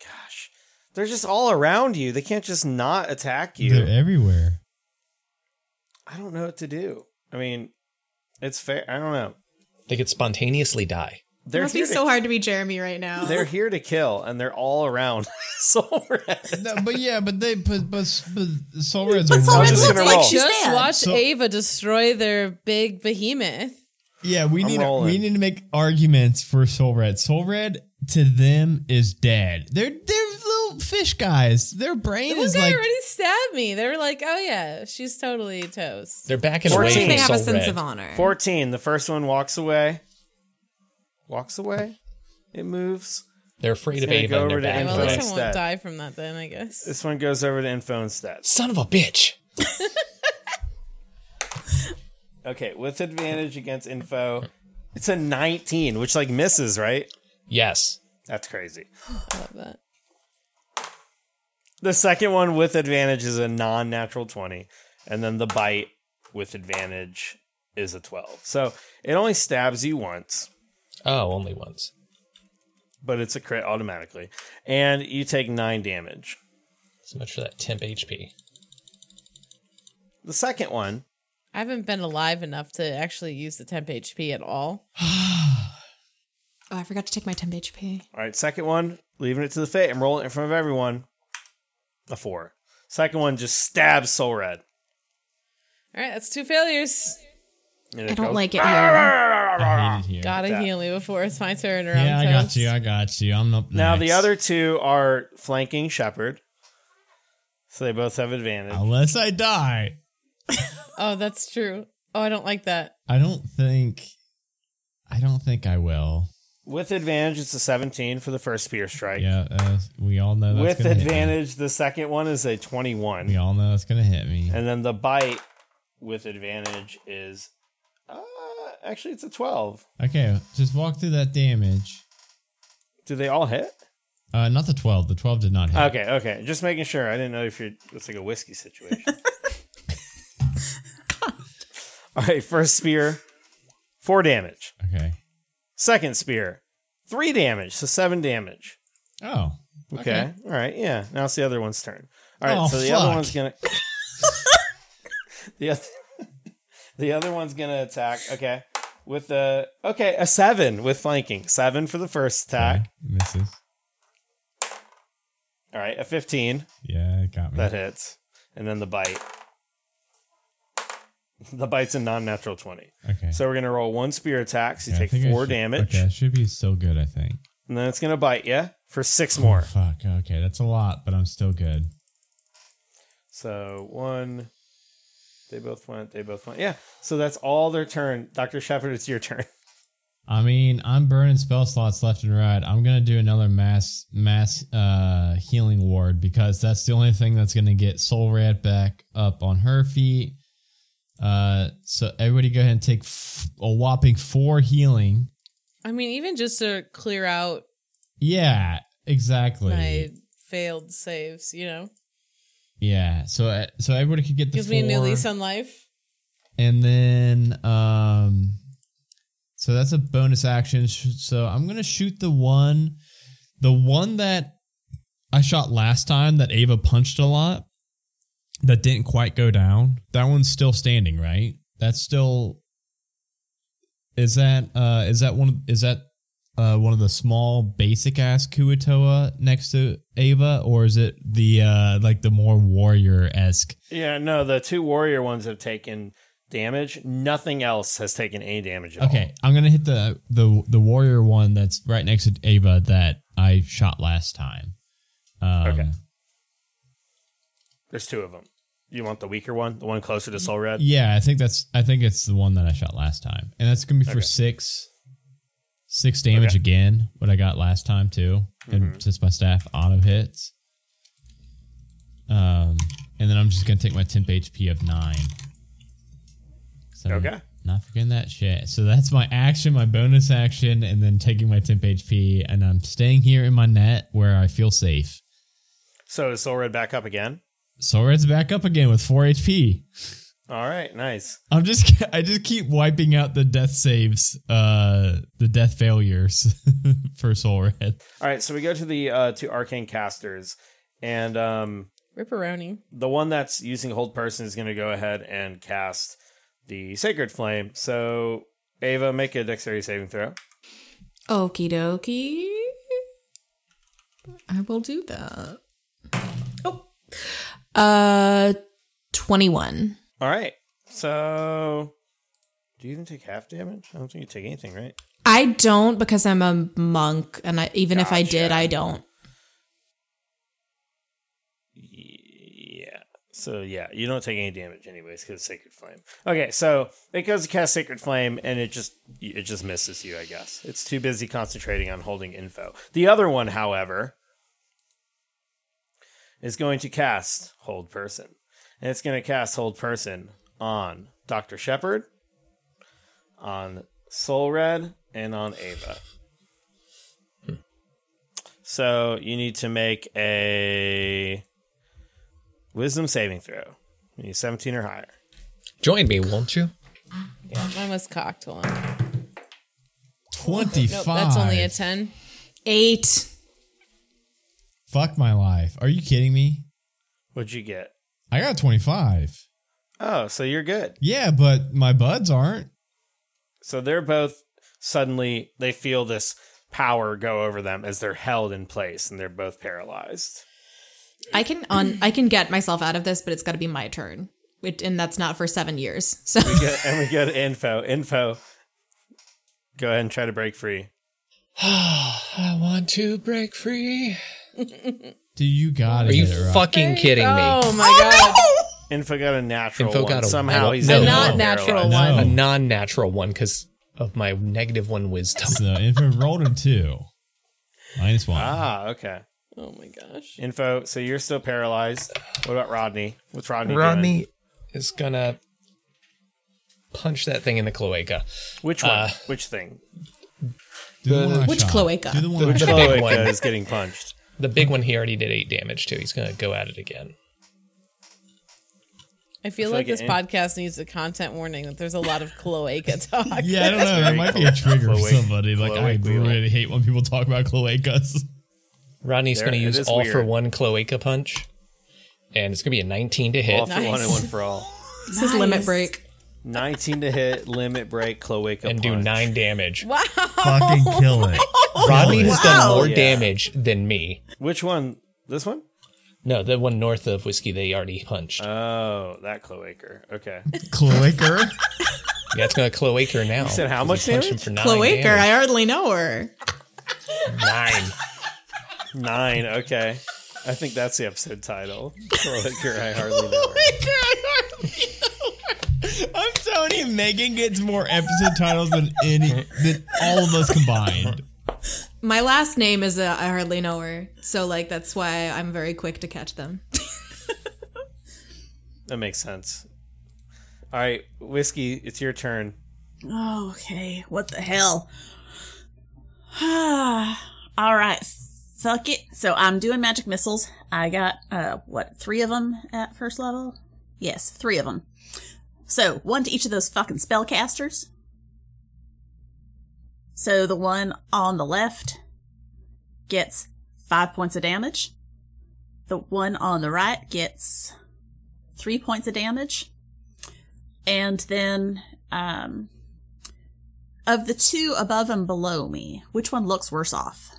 Speaker 1: Gosh, they're just all around you. They can't just not attack you.
Speaker 6: They're everywhere.
Speaker 1: I don't know what to do. I mean, it's fair. I don't know.
Speaker 8: They could spontaneously die.
Speaker 2: It
Speaker 1: They're
Speaker 2: must
Speaker 1: here
Speaker 2: be
Speaker 1: to-
Speaker 2: so hard to be Jeremy right now.
Speaker 1: They're here to kill, and they're all around. so we're at-
Speaker 6: No, but yeah, but they but but, but Soul Red's
Speaker 7: But Soul
Speaker 1: I'm
Speaker 7: Red
Speaker 1: just
Speaker 7: looks
Speaker 1: gonna
Speaker 7: like
Speaker 1: roll.
Speaker 7: she's
Speaker 9: Just
Speaker 7: dead.
Speaker 9: watch
Speaker 6: Oh. So-
Speaker 9: Ava destroy their big behemoth.
Speaker 6: Yeah, we
Speaker 1: I'm
Speaker 6: need
Speaker 1: rolling.
Speaker 6: we need to make arguments for Soul Red. Soul Red to them is dead. They're they're little fish guys. Their brain
Speaker 9: Those
Speaker 6: is
Speaker 9: guy
Speaker 6: like
Speaker 9: already stabbed me. They were like, "Oh yeah, she's totally toast."
Speaker 8: They're backing
Speaker 2: I
Speaker 8: away
Speaker 2: think
Speaker 8: from
Speaker 2: they have
Speaker 8: Soul
Speaker 2: a sense
Speaker 8: Red.
Speaker 2: of honor.
Speaker 1: fourteen. The first one walks away. Walks away. It moves.
Speaker 8: They're afraid of
Speaker 1: Gonna
Speaker 8: Ava
Speaker 1: go
Speaker 8: and they're
Speaker 1: over to
Speaker 8: backing
Speaker 9: Well,
Speaker 1: Info
Speaker 8: away.
Speaker 9: at least I
Speaker 1: instead.
Speaker 9: won't die from that then, I guess.
Speaker 1: This one goes over to info instead.
Speaker 8: Son of a bitch.
Speaker 1: Okay, with advantage against info, it's a nineteen, which like misses, right?
Speaker 8: Yes.
Speaker 1: That's crazy.
Speaker 9: Love that.
Speaker 1: The second one with advantage is a non natural 20. And then the bite with advantage is a 12. So it only stabs you once,
Speaker 8: Oh, only once.
Speaker 1: but it's a crit automatically. And you take nine damage.
Speaker 8: So much for that temp HP.
Speaker 1: The second one,
Speaker 9: I haven't been alive enough to actually use the temp HP at all.
Speaker 2: Oh, I forgot to take my 10 HP.
Speaker 1: all right, second one, leaving it to the fate. I'm rolling it in front of everyone. A four. Second one just stabs Soul Red.
Speaker 9: All right, that's two failures.
Speaker 1: And
Speaker 2: I
Speaker 1: it
Speaker 2: don't
Speaker 1: goes,
Speaker 2: like it here.
Speaker 6: I hate it here.
Speaker 9: Gotta
Speaker 1: that.
Speaker 9: heal me before it's my turn around.
Speaker 6: Yeah, I
Speaker 9: toast.
Speaker 6: got you. I got you. I'm up
Speaker 1: Now the
Speaker 6: next.
Speaker 1: other two are flanking Shepherd. So they both have advantage.
Speaker 6: Unless I die,
Speaker 9: Oh, that's true. Oh, I don't like that.
Speaker 6: I don't think. I don't think I will.
Speaker 1: With advantage, it's a 17 for the first spear strike.
Speaker 6: Yeah, uh, we all know that's
Speaker 1: With
Speaker 6: gonna hit me.
Speaker 1: advantage, the second one is a
Speaker 6: We
Speaker 1: 21.
Speaker 6: all know that's gonna hit me.
Speaker 1: And then the bite with advantage is uh, actually it's a 12.
Speaker 6: Okay, just walk through that damage.
Speaker 1: Do they all hit?
Speaker 6: Uh, not the 12. The 12 did not hit.
Speaker 1: Okay, okay. Just making sure. I didn't know if you're. It's like a whiskey situation. All right, first spear, four damage.
Speaker 6: Okay.
Speaker 1: Second spear, three damage, so seven damage.
Speaker 6: Oh.
Speaker 1: Okay. All right. Yeah. Now it's the other one's turn. All right.
Speaker 6: Oh,
Speaker 1: so the other
Speaker 6: fuck.
Speaker 1: one's gonna. the other, the other one's gonna attack. Okay. With the okay a seven with flanking seven for the first attack.
Speaker 6: Okay. Misses. Mm-hmm.
Speaker 1: All right, a fifteen.
Speaker 6: Yeah, it got me.
Speaker 1: That hits. And then the bite. The bite's a non natural 20.
Speaker 6: Okay.
Speaker 1: So we're going to roll one spear attack. So you
Speaker 6: Yeah, I
Speaker 1: take
Speaker 6: think I
Speaker 1: four
Speaker 6: should-
Speaker 1: damage.
Speaker 6: Okay, I should be still good, I think. Oh,
Speaker 1: And then it's going to bite you for six more.
Speaker 6: Fuck. Okay, that's a lot, but I'm still good.
Speaker 1: So one. They both went. They both went. Yeah. So that's all their turn. Dr. Shepard, it's your turn.
Speaker 6: I mean, I'm burning spell slots left and right. I'm gonna do another mass mass uh, healing ward because that's the only thing that's gonna get Soul Rat back up on her feet. Uh, so everybody, go ahead and take f- a whopping four healing.
Speaker 9: I mean, even just to clear out
Speaker 6: Yeah, exactly.
Speaker 9: my failed saves, you know,
Speaker 6: Yeah, so uh, so everybody could get the
Speaker 9: gives
Speaker 6: four.
Speaker 9: me a new lease on life.
Speaker 6: And then, um, so that's a bonus action. Sh- So I'm gonna shoot the one, the one that I shot last time that Ava punched a lot, that didn't quite go down. That one's still standing, right? That's still. Is that uh is that one is that uh one of the small basic ass Kuatoa next to Ava or is it the uh like the more warrior esque?
Speaker 1: Yeah, no, the two warrior ones have taken damage. Nothing else has taken any damage at
Speaker 6: Okay, I'm gonna hit the the the warrior one that's right next to Ava that I shot last time. Um,
Speaker 1: Okay. There's two of them. You want the weaker one? The one closer to Soul Red?
Speaker 6: Yeah, I think that's I think it's the one that I shot last time, and that's gonna be for
Speaker 1: Okay.
Speaker 6: six, six damage
Speaker 1: Okay. Mm-hmm.
Speaker 6: again. What I got last time too, and since my staff auto hits, um, and then I'm just gonna take my temp HP of nine. So I'm
Speaker 1: Okay.
Speaker 6: Not forgetting that shit. So that's my action, my bonus action, and then taking my temp HP, and I'm staying here in my net where I feel safe.
Speaker 1: So is Soul Red back up again?
Speaker 6: So it's back up again with four HP.
Speaker 1: All right, nice.
Speaker 6: I'm just I just keep wiping out the death saves, uh the death failures for Soul Red.
Speaker 1: All right, so we go to the uh, two arcane casters, and um,
Speaker 9: Ripperoni.
Speaker 1: the one that's using hold person is going to go ahead and cast the sacred flame. So Ava, make a dexterity saving throw.
Speaker 2: Okie dokie. I will do that. Oh. Uh 21.
Speaker 1: All right, so do you even take half damage? I don't think you take anything, right?
Speaker 2: I don't because I'm a monk and I even if I did,
Speaker 1: Gotcha.
Speaker 2: I don't.
Speaker 1: Yeah. So yeah, you don't take any damage anyways because sacred flame. Okay, so it goes to cast sacred flame and it just it just misses you. I guess it's too busy concentrating on holding info. The other one, however, is going to cast hold person, and it's going to cast hold person on Doctor Shepard, on Soul Red, and on Ava. So you need to make a Wisdom saving throw. You need 17 or higher.
Speaker 8: Join me, won't you?
Speaker 9: Mine was cocked. Hold on.
Speaker 6: Twenty
Speaker 9: Nope,
Speaker 6: five.
Speaker 9: that's only a 10.
Speaker 2: 8.
Speaker 6: Fuck my life. Are you kidding me?
Speaker 1: What'd you get?
Speaker 6: I got twenty five.
Speaker 1: Oh, so you're good.
Speaker 6: Yeah, but my buds aren't.
Speaker 1: So they're both suddenly, they feel this power go over them as they're held in place and they're both paralyzed.
Speaker 2: I can on I can get myself out of this, but it's got to be my turn. It, and that's not for 7 years. So
Speaker 1: We go, and we go to info. Info. Go ahead and try to break free.
Speaker 8: I want to break free.
Speaker 6: Dude, you got it.
Speaker 8: Are you
Speaker 6: right.
Speaker 8: fucking kidding me?
Speaker 9: Oh my god.
Speaker 1: Info got a natural
Speaker 8: Info
Speaker 1: one.
Speaker 8: got a-
Speaker 1: Somehow
Speaker 8: a-
Speaker 1: he's
Speaker 8: no.
Speaker 1: not
Speaker 8: Not
Speaker 9: natural
Speaker 6: No.
Speaker 8: A non natural one because of my negative one wisdom.
Speaker 6: So if it rolled him two. Minus one.
Speaker 1: Ah, okay.
Speaker 9: Oh my gosh.
Speaker 1: Info. So you're still paralyzed. What about Rodney? What's Rodney, doing?
Speaker 8: Rodney is gonna punch that thing in the cloaca.
Speaker 1: Which one?
Speaker 8: Uh,
Speaker 1: Which thing?
Speaker 6: Do the one I
Speaker 2: Which
Speaker 6: shot.
Speaker 2: cloaca?
Speaker 6: Do the one I
Speaker 1: Which
Speaker 6: shot.
Speaker 8: big one.
Speaker 1: cloaca is getting punched?
Speaker 8: The big one he already did eight damage to. He's gonna go at it again.
Speaker 9: I feel
Speaker 1: feel like
Speaker 9: like this
Speaker 1: it-
Speaker 9: podcast needs a content warning that there's a lot of cloaca talk.
Speaker 6: Yeah, I don't know. That
Speaker 1: Very
Speaker 6: might be
Speaker 1: cool.
Speaker 6: a trigger for
Speaker 1: Cloaca-
Speaker 6: somebody. Like, I
Speaker 1: cloaca wheel.
Speaker 6: really hate when people talk about cloacas.
Speaker 8: Rodney's
Speaker 1: There-
Speaker 8: gonna
Speaker 1: it
Speaker 8: use
Speaker 1: is
Speaker 8: all for
Speaker 1: weird.
Speaker 8: one cloaca punch, and it's gonna be a 19 to hit
Speaker 1: All for one and one for all.
Speaker 2: This is limit break.
Speaker 1: 19 to hit, limit break, cloaca
Speaker 8: and do
Speaker 1: punch.
Speaker 8: nine damage.
Speaker 6: Fucking kill it.
Speaker 8: Rodney has done more
Speaker 1: Yeah.
Speaker 8: damage than me.
Speaker 1: Which one? This one?
Speaker 8: No, the one north of whiskey they already punched.
Speaker 1: Oh, that cloaca. Okay.
Speaker 6: Cloaca?
Speaker 8: yeah, it's gonna cloaca now. You
Speaker 1: said how much damage?
Speaker 8: For nine
Speaker 2: Cloaker, I
Speaker 8: damage.
Speaker 2: hardly know her.
Speaker 8: Nine.
Speaker 1: Nine. Okay. I think that's the episode title. Cloaca, I hardly know. her.
Speaker 6: I'm telling you, Megan gets more episode titles than any than all of us combined.
Speaker 2: My last name is a I hardly know her, so like that's why I'm very quick to catch them.
Speaker 1: That makes sense. All right, whiskey, it's your turn.
Speaker 7: Oh, okay. What the hell? All right. Fuck it. So I'm doing magic missiles. I got, uh, what, three of them at first level? Yes, three of them. So one to each of those fucking spellcasters. So the one on the left gets five points of damage. The one on the right gets three points of damage. And then, um, of the two above and below me, which one looks worse off?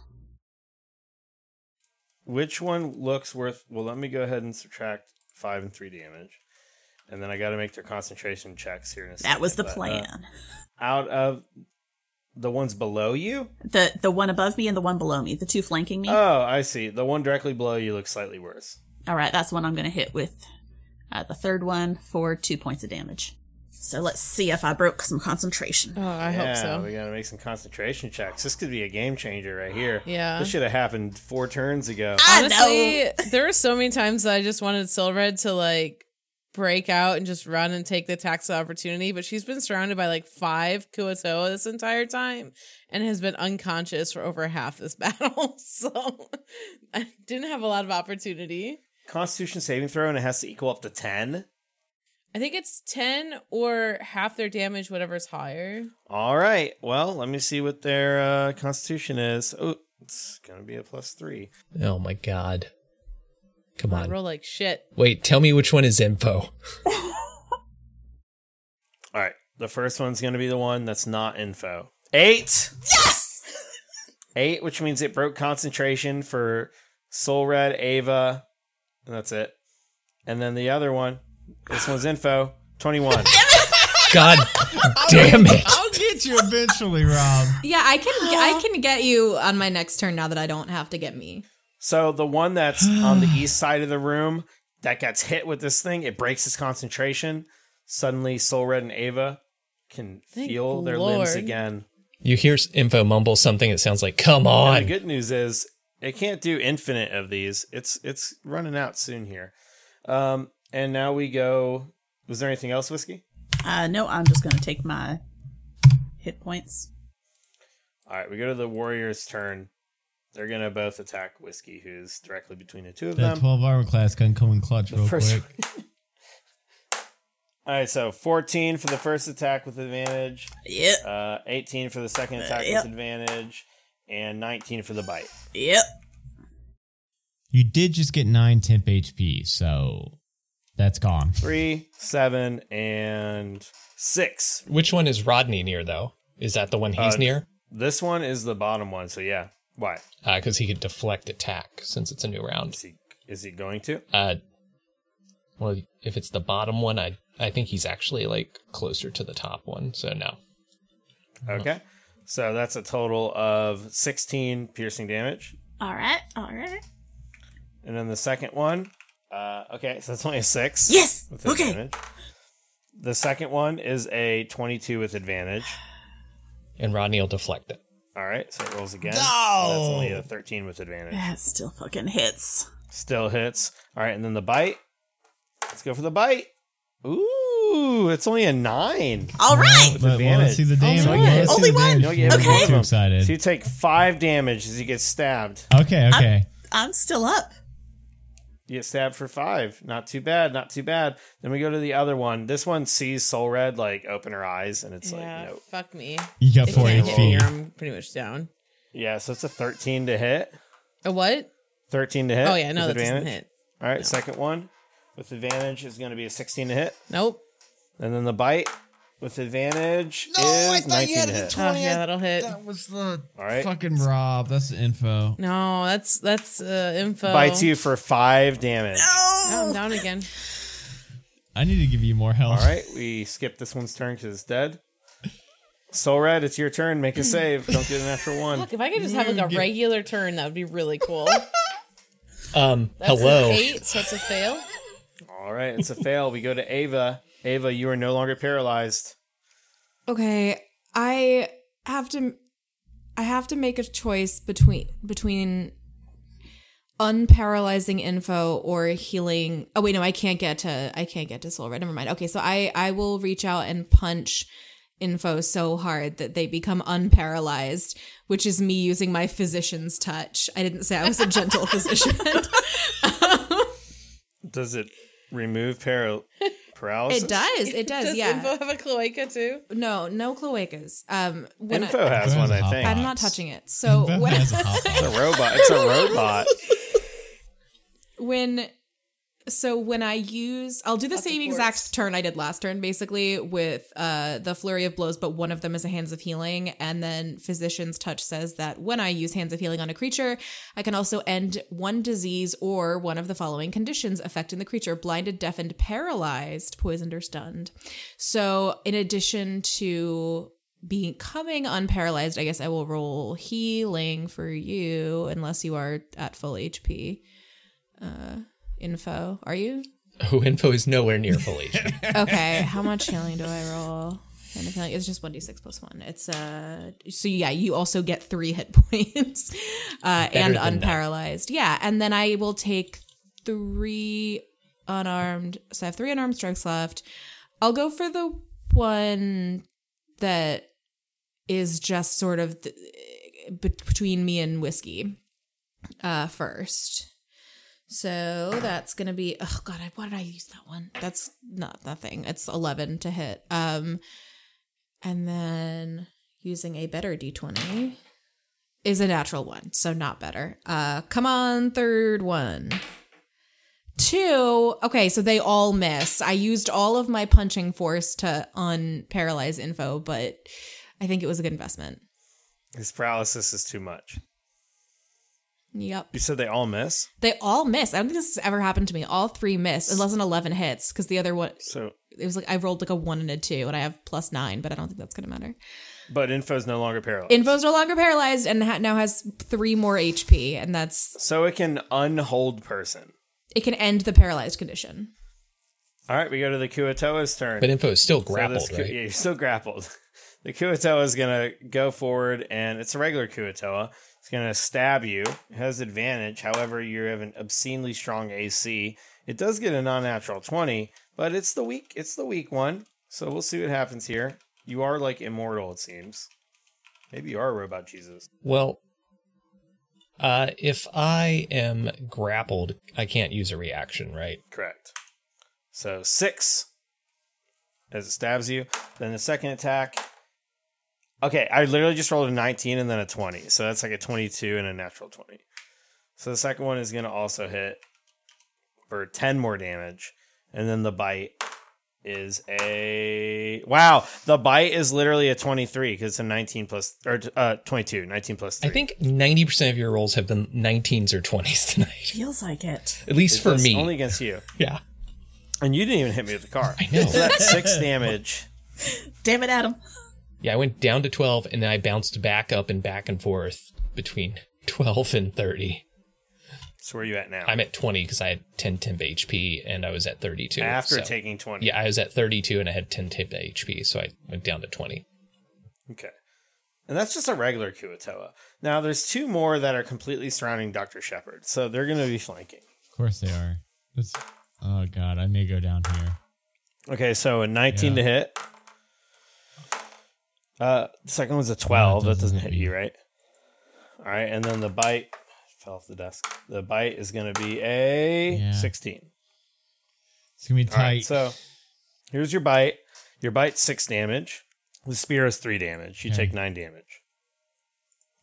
Speaker 1: Which one looks worth? Well, let me go ahead and subtract five and three damage, and then I got to make their concentration checks here. In a
Speaker 7: That
Speaker 1: second,
Speaker 7: was the
Speaker 1: but, uh,
Speaker 7: plan.
Speaker 1: out of the ones below you.
Speaker 7: The the one above me and the one below me, the two flanking me.
Speaker 1: Oh, I see. The one directly below you looks slightly worse.
Speaker 7: All right, that's the one I'm going to hit with uh, the third one for two points of damage. So let's see if I broke some concentration.
Speaker 9: Oh, I
Speaker 1: yeah,
Speaker 9: hope so.
Speaker 1: we got to make some concentration checks. This could be a game changer right here.
Speaker 9: Yeah.
Speaker 1: this should have happened four turns ago.
Speaker 9: Honestly, there were so many times that I just wanted Silred to like break out and just run and take the tax opportunity, but she's been surrounded by like five Kuotoa this entire time and has been unconscious for over half this battle. So I didn't have a lot of opportunity.
Speaker 1: Constitution saving throw, and it has to equal up to ten.
Speaker 9: I think it's 10 or half their damage, whatever's higher.
Speaker 1: All right. Well, let me see what their uh, Constitution is. Oh, it's gonna be a plus three.
Speaker 8: Oh my god. Come
Speaker 9: I
Speaker 8: on.
Speaker 9: roll like shit.
Speaker 8: Wait, tell me which one is info.
Speaker 1: All right. The first one's going to be the one that's not info. Eight. Yes. Eight, which means it broke concentration for Soul Red, Ava, and that's it. And then the other one, this one's info, 21.
Speaker 8: God damn it.
Speaker 6: I'll get you eventually, Rob.
Speaker 2: Yeah, I can I can get you on my next turn now that I don't have to get me.
Speaker 1: so the one that's on the east side of the room that gets hit with this thing, it breaks its concentration. Suddenly, Soul Red and Ava can
Speaker 9: Thank
Speaker 1: feel their limbs
Speaker 9: Lord.
Speaker 1: again.
Speaker 8: You hear s- info mumble something that sounds like, come
Speaker 1: And
Speaker 8: on.
Speaker 1: the good news is it can't do infinite of these. It's it's running out soon here. Um, and now we go. Was there anything else, whiskey?
Speaker 7: Uh, no, I'm just going to take my hit points.
Speaker 1: All right, we go to the warrior's turn. They're gonna both attack whiskey, who's directly between the two of
Speaker 6: That
Speaker 1: them.
Speaker 6: 12 armor class can come in clutch real
Speaker 1: First
Speaker 6: quick.
Speaker 1: one- All right, so 14 for the first attack with advantage,
Speaker 7: Yep,
Speaker 1: uh, 18 for the second attack
Speaker 7: Uh, yep.
Speaker 1: with advantage, and 19 for the bite.
Speaker 7: yep.
Speaker 6: You did just get 9 temp HP, so that's gone.
Speaker 1: Three, seven, and six.
Speaker 8: Which one is Rodney near, though? Is that the one he's
Speaker 1: Uh,
Speaker 8: near?
Speaker 1: This one is the bottom one, so yeah. Why?
Speaker 8: Because he could deflect attack since it's a new round.
Speaker 1: Is he is he going to?
Speaker 8: Uh, well, if it's the bottom one, I I think he's actually like closer to the top one. So no,
Speaker 1: Okay. So that's a total of 16 piercing damage.
Speaker 7: All right, all right.
Speaker 1: And then the second one, uh, okay, so that's only a 6.
Speaker 7: Yes!
Speaker 1: with
Speaker 7: Okay.
Speaker 1: advantage. The second one is a 22 with advantage.
Speaker 8: and Rodney will deflect it.
Speaker 1: All right, so it rolls again. No! That's only a 13 with advantage.
Speaker 7: That still fucking hits.
Speaker 1: Still hits. All right, and then the bite. Let's go for the bite. Ooh, it's only a 9.
Speaker 7: All right.
Speaker 1: With
Speaker 6: But well,
Speaker 1: advantage.
Speaker 6: let's see the damage.
Speaker 1: Only
Speaker 6: Well,
Speaker 1: one.
Speaker 6: let's see
Speaker 7: Only
Speaker 6: the
Speaker 7: one.
Speaker 1: You
Speaker 6: damage
Speaker 1: don't get
Speaker 6: before we
Speaker 1: one
Speaker 6: get
Speaker 1: of
Speaker 6: too
Speaker 1: them.
Speaker 6: excited.
Speaker 1: So you take 5 damage as you get stabbed.
Speaker 6: Okay, okay.
Speaker 7: I'm still up.
Speaker 1: You get stabbed for five. Not too bad. Not too bad. Then we go to the other one. This one sees Soul Red like open her eyes, and it's
Speaker 9: yeah,
Speaker 1: like, nope.
Speaker 9: fuck me.
Speaker 6: You got
Speaker 9: If
Speaker 6: four
Speaker 9: can't get me,
Speaker 6: HP.
Speaker 9: I'm pretty much down.
Speaker 1: Yeah, so it's a thirteen to hit.
Speaker 9: A what?
Speaker 1: Thirteen to hit.
Speaker 9: Oh yeah, no,
Speaker 1: with
Speaker 9: that doesn't
Speaker 1: advantage.
Speaker 9: hit.
Speaker 1: All right, second one with advantage is going to be a sixteen to hit,
Speaker 9: Nope.
Speaker 1: and then the bite with advantage
Speaker 6: No, I
Speaker 1: is
Speaker 6: thought you
Speaker 1: nineteen
Speaker 6: had
Speaker 1: to
Speaker 6: it
Speaker 1: hit.
Speaker 9: Oh yeah, that'll hit.
Speaker 6: was the
Speaker 1: All right.
Speaker 6: fucking Rob. That's the info.
Speaker 9: No, that's that's uh, info.
Speaker 1: Bites you for five damage.
Speaker 9: Oh, I'm down again.
Speaker 6: I need to give you more health.
Speaker 1: All right, we skip this one's turn because it's dead. Soul Red, it's your turn. Make a save. Don't get a natural one.
Speaker 9: Look, if I could just have like a regular turn, that would be really cool.
Speaker 8: Um,
Speaker 9: That's
Speaker 8: hello.
Speaker 9: An eight, so it's a fail.
Speaker 1: All right, it's a fail. We go to Ava. Ava, you are no longer paralyzed.
Speaker 2: Okay, I have to I have to make a choice between between unparalyzing info or healing. Oh wait, no, I can't get to I can't get to soul red. Never mind. Okay, so I I will reach out and punch info so hard that they become unparalyzed, which is me using my physician's touch. I didn't say I was a gentle physician.
Speaker 1: Does it remove para- paralysis?
Speaker 2: it does. It does.
Speaker 9: Does
Speaker 2: yeah.
Speaker 9: info have a cloaca too?
Speaker 2: no, no cloacas. Um when
Speaker 1: Info
Speaker 2: I,
Speaker 1: has one, I think.
Speaker 2: I'm not touching it. So
Speaker 6: That
Speaker 2: when
Speaker 6: has a hot box.
Speaker 1: It's a robot. It's a robot.
Speaker 2: when so when i use i'll do the same exact turn i did last turn basically with uh the flurry of blows but one of them is a hands of healing and then physician's touch says that when i use hands of healing on a creature i can also end one disease or one of the following conditions affecting the creature blinded deafened paralyzed poisoned or stunned so in addition to becoming unparalyzed i guess i will roll healing for you unless you are at full hp info. Are you?
Speaker 8: Who Oh, info is nowhere near fully.
Speaker 2: Okay. how much healing do I roll? And I feel like it's just 1d6 plus 1. It's uh so yeah, you also get 3 hit points uh and
Speaker 8: than that.
Speaker 2: unparalyzed. Yeah, and then I will take 3 unarmed. So I have 3 unarmed strikes left. I'll go for the one that is just sort of th- bet- between me and whiskey uh first. So that's gonna be oh god, I, why did I use that one? That's not nothing. It's eleven to hit. Um, and then using a better d twenty is a natural one, so not better. Uh, come on, third one. Two. Okay, so they all miss. I used all of my punching force to unparalyze info, but I think it was a good investment.
Speaker 1: His paralysis is too much.
Speaker 2: Yep.
Speaker 1: You said they all miss.
Speaker 2: They all miss. I don't think this has ever happened to me. All three miss, unless an 11 hits, because the other one,
Speaker 1: So,
Speaker 2: it was like I rolled like a one and a two, and I have plus nine, but I don't think that's gonna matter.
Speaker 1: but info's no longer paralyzed.
Speaker 2: Info's no longer paralyzed and ha- now has three more HP, and that's
Speaker 1: so it can unhold person.
Speaker 2: it can end the paralyzed condition.
Speaker 1: All right, we go to the Kuatoa's turn.
Speaker 8: but info is still
Speaker 1: So
Speaker 8: grappled,
Speaker 1: this Ku-
Speaker 8: right?
Speaker 1: Yeah, you're still grappled. The Kuatoa is going to go forward, and it's a regular Kuatoa. It's going to stab you. It has advantage. However, you have an obscenely strong AC. It does get a non-natural 20, but it's the weak. It's the weak one. So we'll see what happens here. You are like immortal, it seems. Maybe you are a robot Jesus.
Speaker 8: Well, uh, if I am grappled, I can't use a reaction, right?
Speaker 1: Correct. So six as it stabs you. Then the second attack. Okay, I literally just rolled a 19 and then a 20. So that's like a 22 and a natural 20. So the second one is going to also hit for 10 more damage. And then the bite is a. Wow, the bite is literally a 23 because it's a 19 plus. Or uh, 22, 19 plus 3.
Speaker 8: I think 90% of your rolls have been 19s or 20s tonight.
Speaker 7: Feels like it.
Speaker 8: At least
Speaker 1: It's
Speaker 8: for me.
Speaker 1: Only against you.
Speaker 8: yeah.
Speaker 1: And you didn't even hit me with the car. I
Speaker 8: know.
Speaker 1: So that's six damage.
Speaker 7: Damn it, Adam.
Speaker 8: Yeah, I went down to 12 and then I bounced back up and back and forth between 12 and 30.
Speaker 1: So where are you at now?
Speaker 8: I'm at 20 because I had 10 temp HP and I was at 32.
Speaker 1: after
Speaker 8: so-
Speaker 1: taking 20.
Speaker 8: Yeah, I was at 32 and I had 10 temp HP, so I went down to 20.
Speaker 1: Okay. And that's just a regular Kuatoa. Now there's two more that are completely surrounding Dr. Shepard. So they're going to be flanking.
Speaker 6: Of course they are. That's, oh god, I may go down here.
Speaker 1: Okay, so a 19 to
Speaker 6: Yeah.
Speaker 1: hit. Uh, the second one's a 12.
Speaker 6: That
Speaker 1: that doesn't
Speaker 6: doesn't
Speaker 1: hit
Speaker 6: hit
Speaker 1: you, right? All right, and then the bite. fell off the desk. The bite is going to be a
Speaker 6: Yeah.
Speaker 1: 16.
Speaker 6: It's gonna be
Speaker 1: All right,
Speaker 6: tight.
Speaker 1: so here's your bite. Your bite's six damage. The spear is three damage. You
Speaker 6: Okay.
Speaker 1: take nine damage.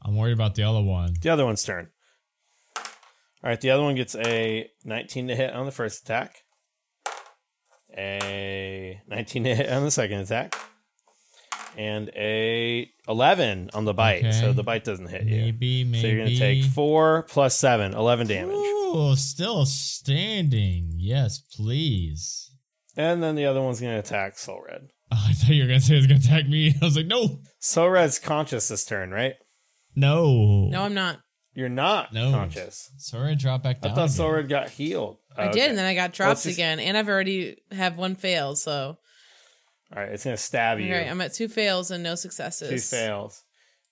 Speaker 6: I'm worried about the other one.
Speaker 1: The other one's turn. All right, the other one gets a 19 to hit on the first attack, a 19 to hit on the second attack, and a 11 on the bite. So
Speaker 6: Okay.
Speaker 1: the bite doesn't hit you.
Speaker 6: Maybe, maybe.
Speaker 1: So you're going to take four plus seven, 11 damage.
Speaker 6: Ooh, still standing. Yes, please.
Speaker 1: And then the other one's going to attack Soul Red.
Speaker 6: Oh, I thought you were gonna say it was gonna attack me. I was like, no,
Speaker 1: Soul Red's conscious this turn, right?
Speaker 6: no,
Speaker 9: No, I'm not.
Speaker 1: You're not
Speaker 6: No.
Speaker 1: conscious.
Speaker 6: Sora, drop back down.
Speaker 1: I thought
Speaker 6: again.
Speaker 1: Soulred got healed.
Speaker 9: I did, and then I got dropped
Speaker 1: just-
Speaker 9: again, and I've already have one fail. So
Speaker 1: All right, it's gonna stab
Speaker 9: all
Speaker 1: you.
Speaker 9: right, I'm at two fails and no successes.
Speaker 1: Two fails.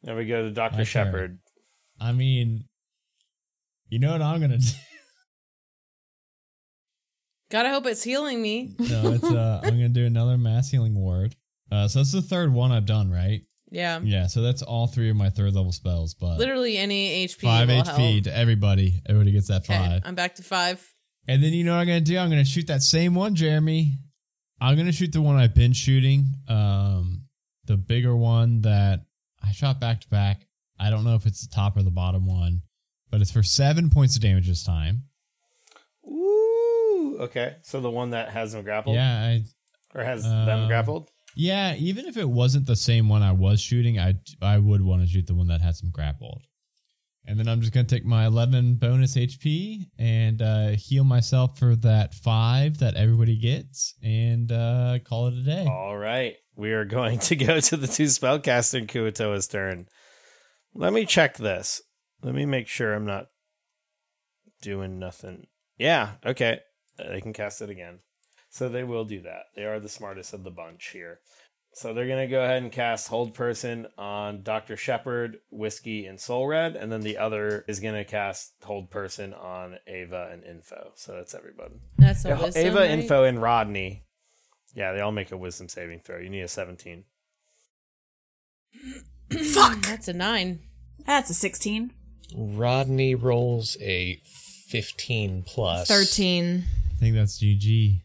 Speaker 1: Now we go to Doctor
Speaker 6: Okay.
Speaker 1: Shepard.
Speaker 6: I mean, you know what I'm gonna do?
Speaker 9: Gotta hope it's healing me.
Speaker 6: No, it's uh, I'm gonna do another mass healing ward. Uh, so that's the third one I've done, right?
Speaker 9: Yeah,
Speaker 6: Yeah. So that's all three of my third level spells, but
Speaker 9: Um, literally any HP.
Speaker 6: five
Speaker 9: will
Speaker 6: HP
Speaker 9: Help.
Speaker 6: to everybody. Everybody gets that
Speaker 9: Okay,
Speaker 6: five.
Speaker 9: I'm back to five.
Speaker 6: And then you know what I'm gonna do? I'm gonna shoot that same one, Jeremy. I'm gonna shoot the one I've been shooting. Um, the bigger one that I shot back to back. I don't know if it's the top or the bottom one, but it's for seven points of damage this time.
Speaker 1: Ooh. Okay. So the one that has them grappled,
Speaker 6: Yeah, I,
Speaker 1: or has
Speaker 6: Uh,
Speaker 1: them grappled.
Speaker 6: yeah. Even if it wasn't the same one I was shooting, I I would want to shoot the one that had some grappled. And then I'm just gonna take my 11 bonus HP and uh, heal myself for that five that everybody gets, and uh, call it a day.
Speaker 1: All right. We are going to go to the two spellcaster in Kuatoa's turn. Let me check this. Let me make sure I'm not doing nothing. Yeah. Okay. Uh, They can cast it again. So they will do that. They are the smartest of the bunch here. So they're going to go ahead and cast Hold Person on Dr. Shepard, Whiskey, and Soul Red. And then the other is going to cast Hold Person on Ava and Info. So that's everybody.
Speaker 9: That's a
Speaker 1: Yeah,
Speaker 9: wisdom,
Speaker 1: Ava,
Speaker 9: right?
Speaker 1: Info, and Rodney. Yeah, they all make a wisdom saving throw. You need a 17.
Speaker 9: That's a nine.
Speaker 7: That's a 16.
Speaker 8: Rodney rolls a 15 plus.
Speaker 2: 13.
Speaker 6: I think that's GG.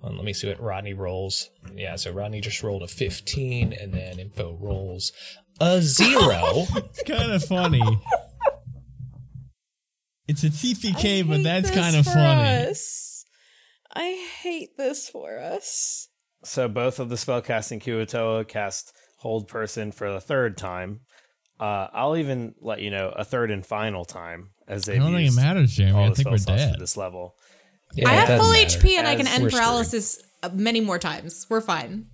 Speaker 8: Hold on, let me see what Rodney rolls. Yeah, so Rodney just rolled a 15, and then Info rolls a zero.
Speaker 6: It's kind of funny. It's a TPK, but that's
Speaker 9: Hate this
Speaker 6: kind of
Speaker 9: for
Speaker 6: funny.
Speaker 9: us. I hate this for us.
Speaker 1: So both of the spellcasting Kuotoa cast Hold Person for the third time. Uh, I'll even let you know a third and final time as
Speaker 6: I
Speaker 1: they
Speaker 6: don't think it matters, Jeremy.
Speaker 1: all
Speaker 6: I
Speaker 1: the
Speaker 6: think
Speaker 1: spell
Speaker 6: we're
Speaker 1: slots
Speaker 6: dead.
Speaker 1: for this level.
Speaker 8: Yeah,
Speaker 2: I
Speaker 8: it
Speaker 2: have
Speaker 8: doesn't
Speaker 2: full
Speaker 8: matter.
Speaker 2: HP and I can
Speaker 8: As
Speaker 2: end
Speaker 8: we're screwed.
Speaker 2: paralysis uh, many more times. We're fine.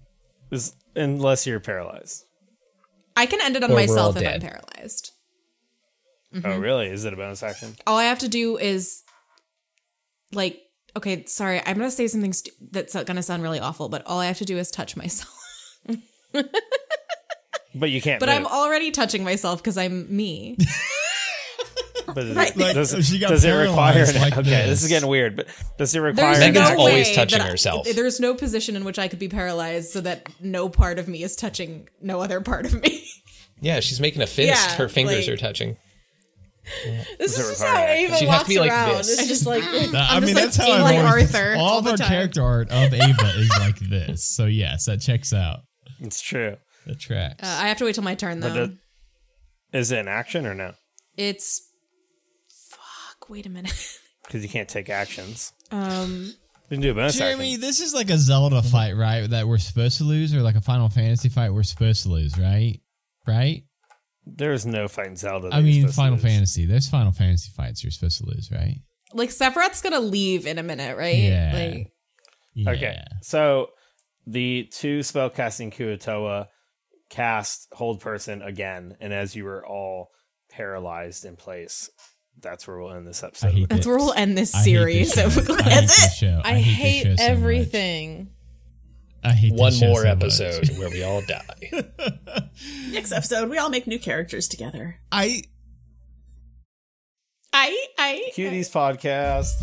Speaker 1: This- unless you're paralyzed.
Speaker 2: I can end it on
Speaker 8: Or we're
Speaker 2: myself
Speaker 8: all
Speaker 2: if I'm
Speaker 8: dead.
Speaker 2: paralyzed.
Speaker 9: Mm-hmm.
Speaker 1: Oh, really? Is it a bonus action?
Speaker 2: All I have to do is, like, okay, sorry, I'm gonna say something stu- that's gonna sound really awful, but all I have to do is touch myself.
Speaker 1: But you can't.
Speaker 2: But I'm
Speaker 1: move.
Speaker 2: already touching myself because I'm me.
Speaker 1: But it-
Speaker 7: Right.
Speaker 6: Like,
Speaker 1: does,
Speaker 6: she got
Speaker 1: does it require?
Speaker 6: paralyzed like
Speaker 1: okay, this.
Speaker 6: this.
Speaker 1: is getting weird. But does it require?
Speaker 2: There's
Speaker 1: an
Speaker 8: Megan's
Speaker 2: no
Speaker 1: action?
Speaker 8: always
Speaker 2: way
Speaker 8: touching
Speaker 2: that I-
Speaker 8: herself.
Speaker 2: there's no position in which I could be paralyzed so that no part of me is touching no other part of me.
Speaker 8: Yeah, she's making a fist.
Speaker 9: Yeah,
Speaker 8: Her fingers
Speaker 9: like-
Speaker 8: are touching.
Speaker 9: This
Speaker 1: it
Speaker 9: is just
Speaker 1: required
Speaker 9: how
Speaker 1: action?
Speaker 9: Ava
Speaker 8: She'd have to
Speaker 9: walks
Speaker 8: be like
Speaker 9: around.
Speaker 8: this.
Speaker 9: It's just like
Speaker 6: Nah, I
Speaker 2: I'm
Speaker 6: mean,
Speaker 2: just, like,
Speaker 6: that's how
Speaker 2: being
Speaker 6: I've
Speaker 2: like
Speaker 6: always-
Speaker 2: Arthur
Speaker 6: All
Speaker 2: all
Speaker 6: of
Speaker 2: the
Speaker 6: our
Speaker 2: time.
Speaker 6: character art of Ava is like this. So yes, that checks out.
Speaker 1: It's true.
Speaker 6: That tracks.
Speaker 2: Uh, I have to wait till my turn though.
Speaker 1: But it- is it an action or no?
Speaker 2: it's fuck. Wait a minute.
Speaker 1: Because you can't take actions.
Speaker 2: Um,
Speaker 1: You can do a bonus
Speaker 6: Jeremy,
Speaker 1: action.
Speaker 6: this is like a Zelda fight, right? That we're supposed to lose, or like a Final Fantasy fight we're supposed to lose, right? Right?
Speaker 1: There's no fighting Zelda. that
Speaker 6: I
Speaker 1: you're
Speaker 6: mean,
Speaker 1: supposed to
Speaker 6: Final
Speaker 1: lose.
Speaker 6: Fantasy. There's Final Fantasy fights you're supposed to lose, right?
Speaker 2: like Sephiroth's gonna leave in a minute, right?
Speaker 6: Yeah.
Speaker 2: Like
Speaker 1: Okay,
Speaker 6: Yeah.
Speaker 1: so the two spellcasting Kuotoa cast Hold Person again, and as you were all paralyzed in place, that's where we'll end this
Speaker 6: I
Speaker 1: episode.
Speaker 6: hate
Speaker 2: that's
Speaker 6: this.
Speaker 2: where we'll end this
Speaker 6: I hate
Speaker 2: series.
Speaker 6: this show. I hate
Speaker 2: That's it.
Speaker 6: this show.
Speaker 9: I,
Speaker 6: this show
Speaker 9: hate
Speaker 6: so much.
Speaker 9: everything.
Speaker 6: I hate this
Speaker 8: One
Speaker 6: show
Speaker 8: more
Speaker 6: so much.
Speaker 8: episode where we all die.
Speaker 7: Next episode, we all make new characters together.
Speaker 6: I
Speaker 2: I I
Speaker 1: Cuties podcast.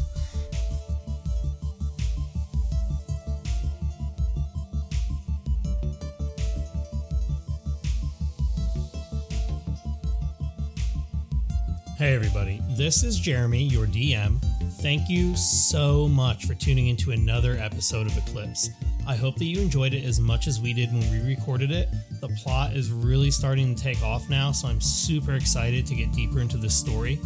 Speaker 10: Hey, everybody. This is Jeremy, your DM. Thank you so much for tuning into another episode of Eclipse. I hope that you enjoyed it as much as we did when we recorded it. The plot is really starting to take off now, so I'm super excited to get deeper into this story.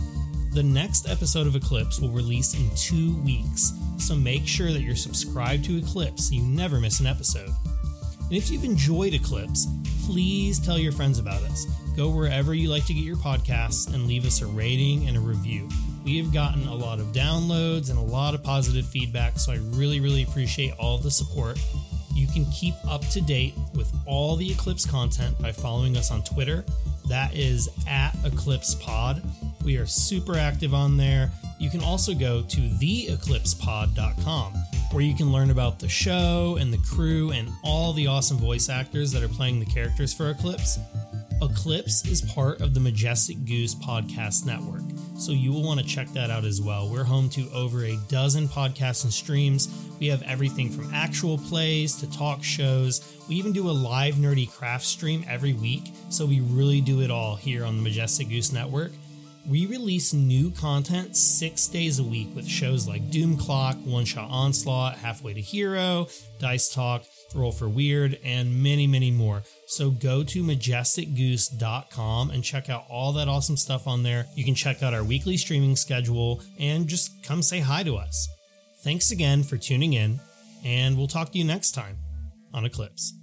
Speaker 10: The next episode of Eclipse will release in two weeks, so make sure that you're subscribed to Eclipse so you never miss an episode. And if you've enjoyed Eclipse, please tell your friends about us. Go wherever you like to get your podcasts and leave us a rating and a review. We have gotten a lot of downloads and a lot of positive feedback, so I really, really appreciate all the support. You can keep up to date with all the Eclipse content by following us on Twitter. That is at Eclipse Pod. We are super active on there. You can also go to theeclipsepod.com where you can learn about the show and the crew and all the awesome voice actors that are playing the characters for Eclipse. Eclipse is part of the Majestic Goose podcast network, so you will want to check that out as well. We're home to over a dozen podcasts and streams. We have everything from actual plays to talk shows. We even do a live nerdy craft stream every week, so we really do it all here on the Majestic Goose network. We release new content six days a week with shows like Doom Clock, One Shot Onslaught, Halfway to Hero, Dice Talk, Roll for Weird, and many, many more. So go to majesticgoose.com and check out all that awesome stuff on there. You can check out our weekly streaming schedule and just come say hi to us. Thanks again for tuning in, and we'll talk to you next time on Eclipse.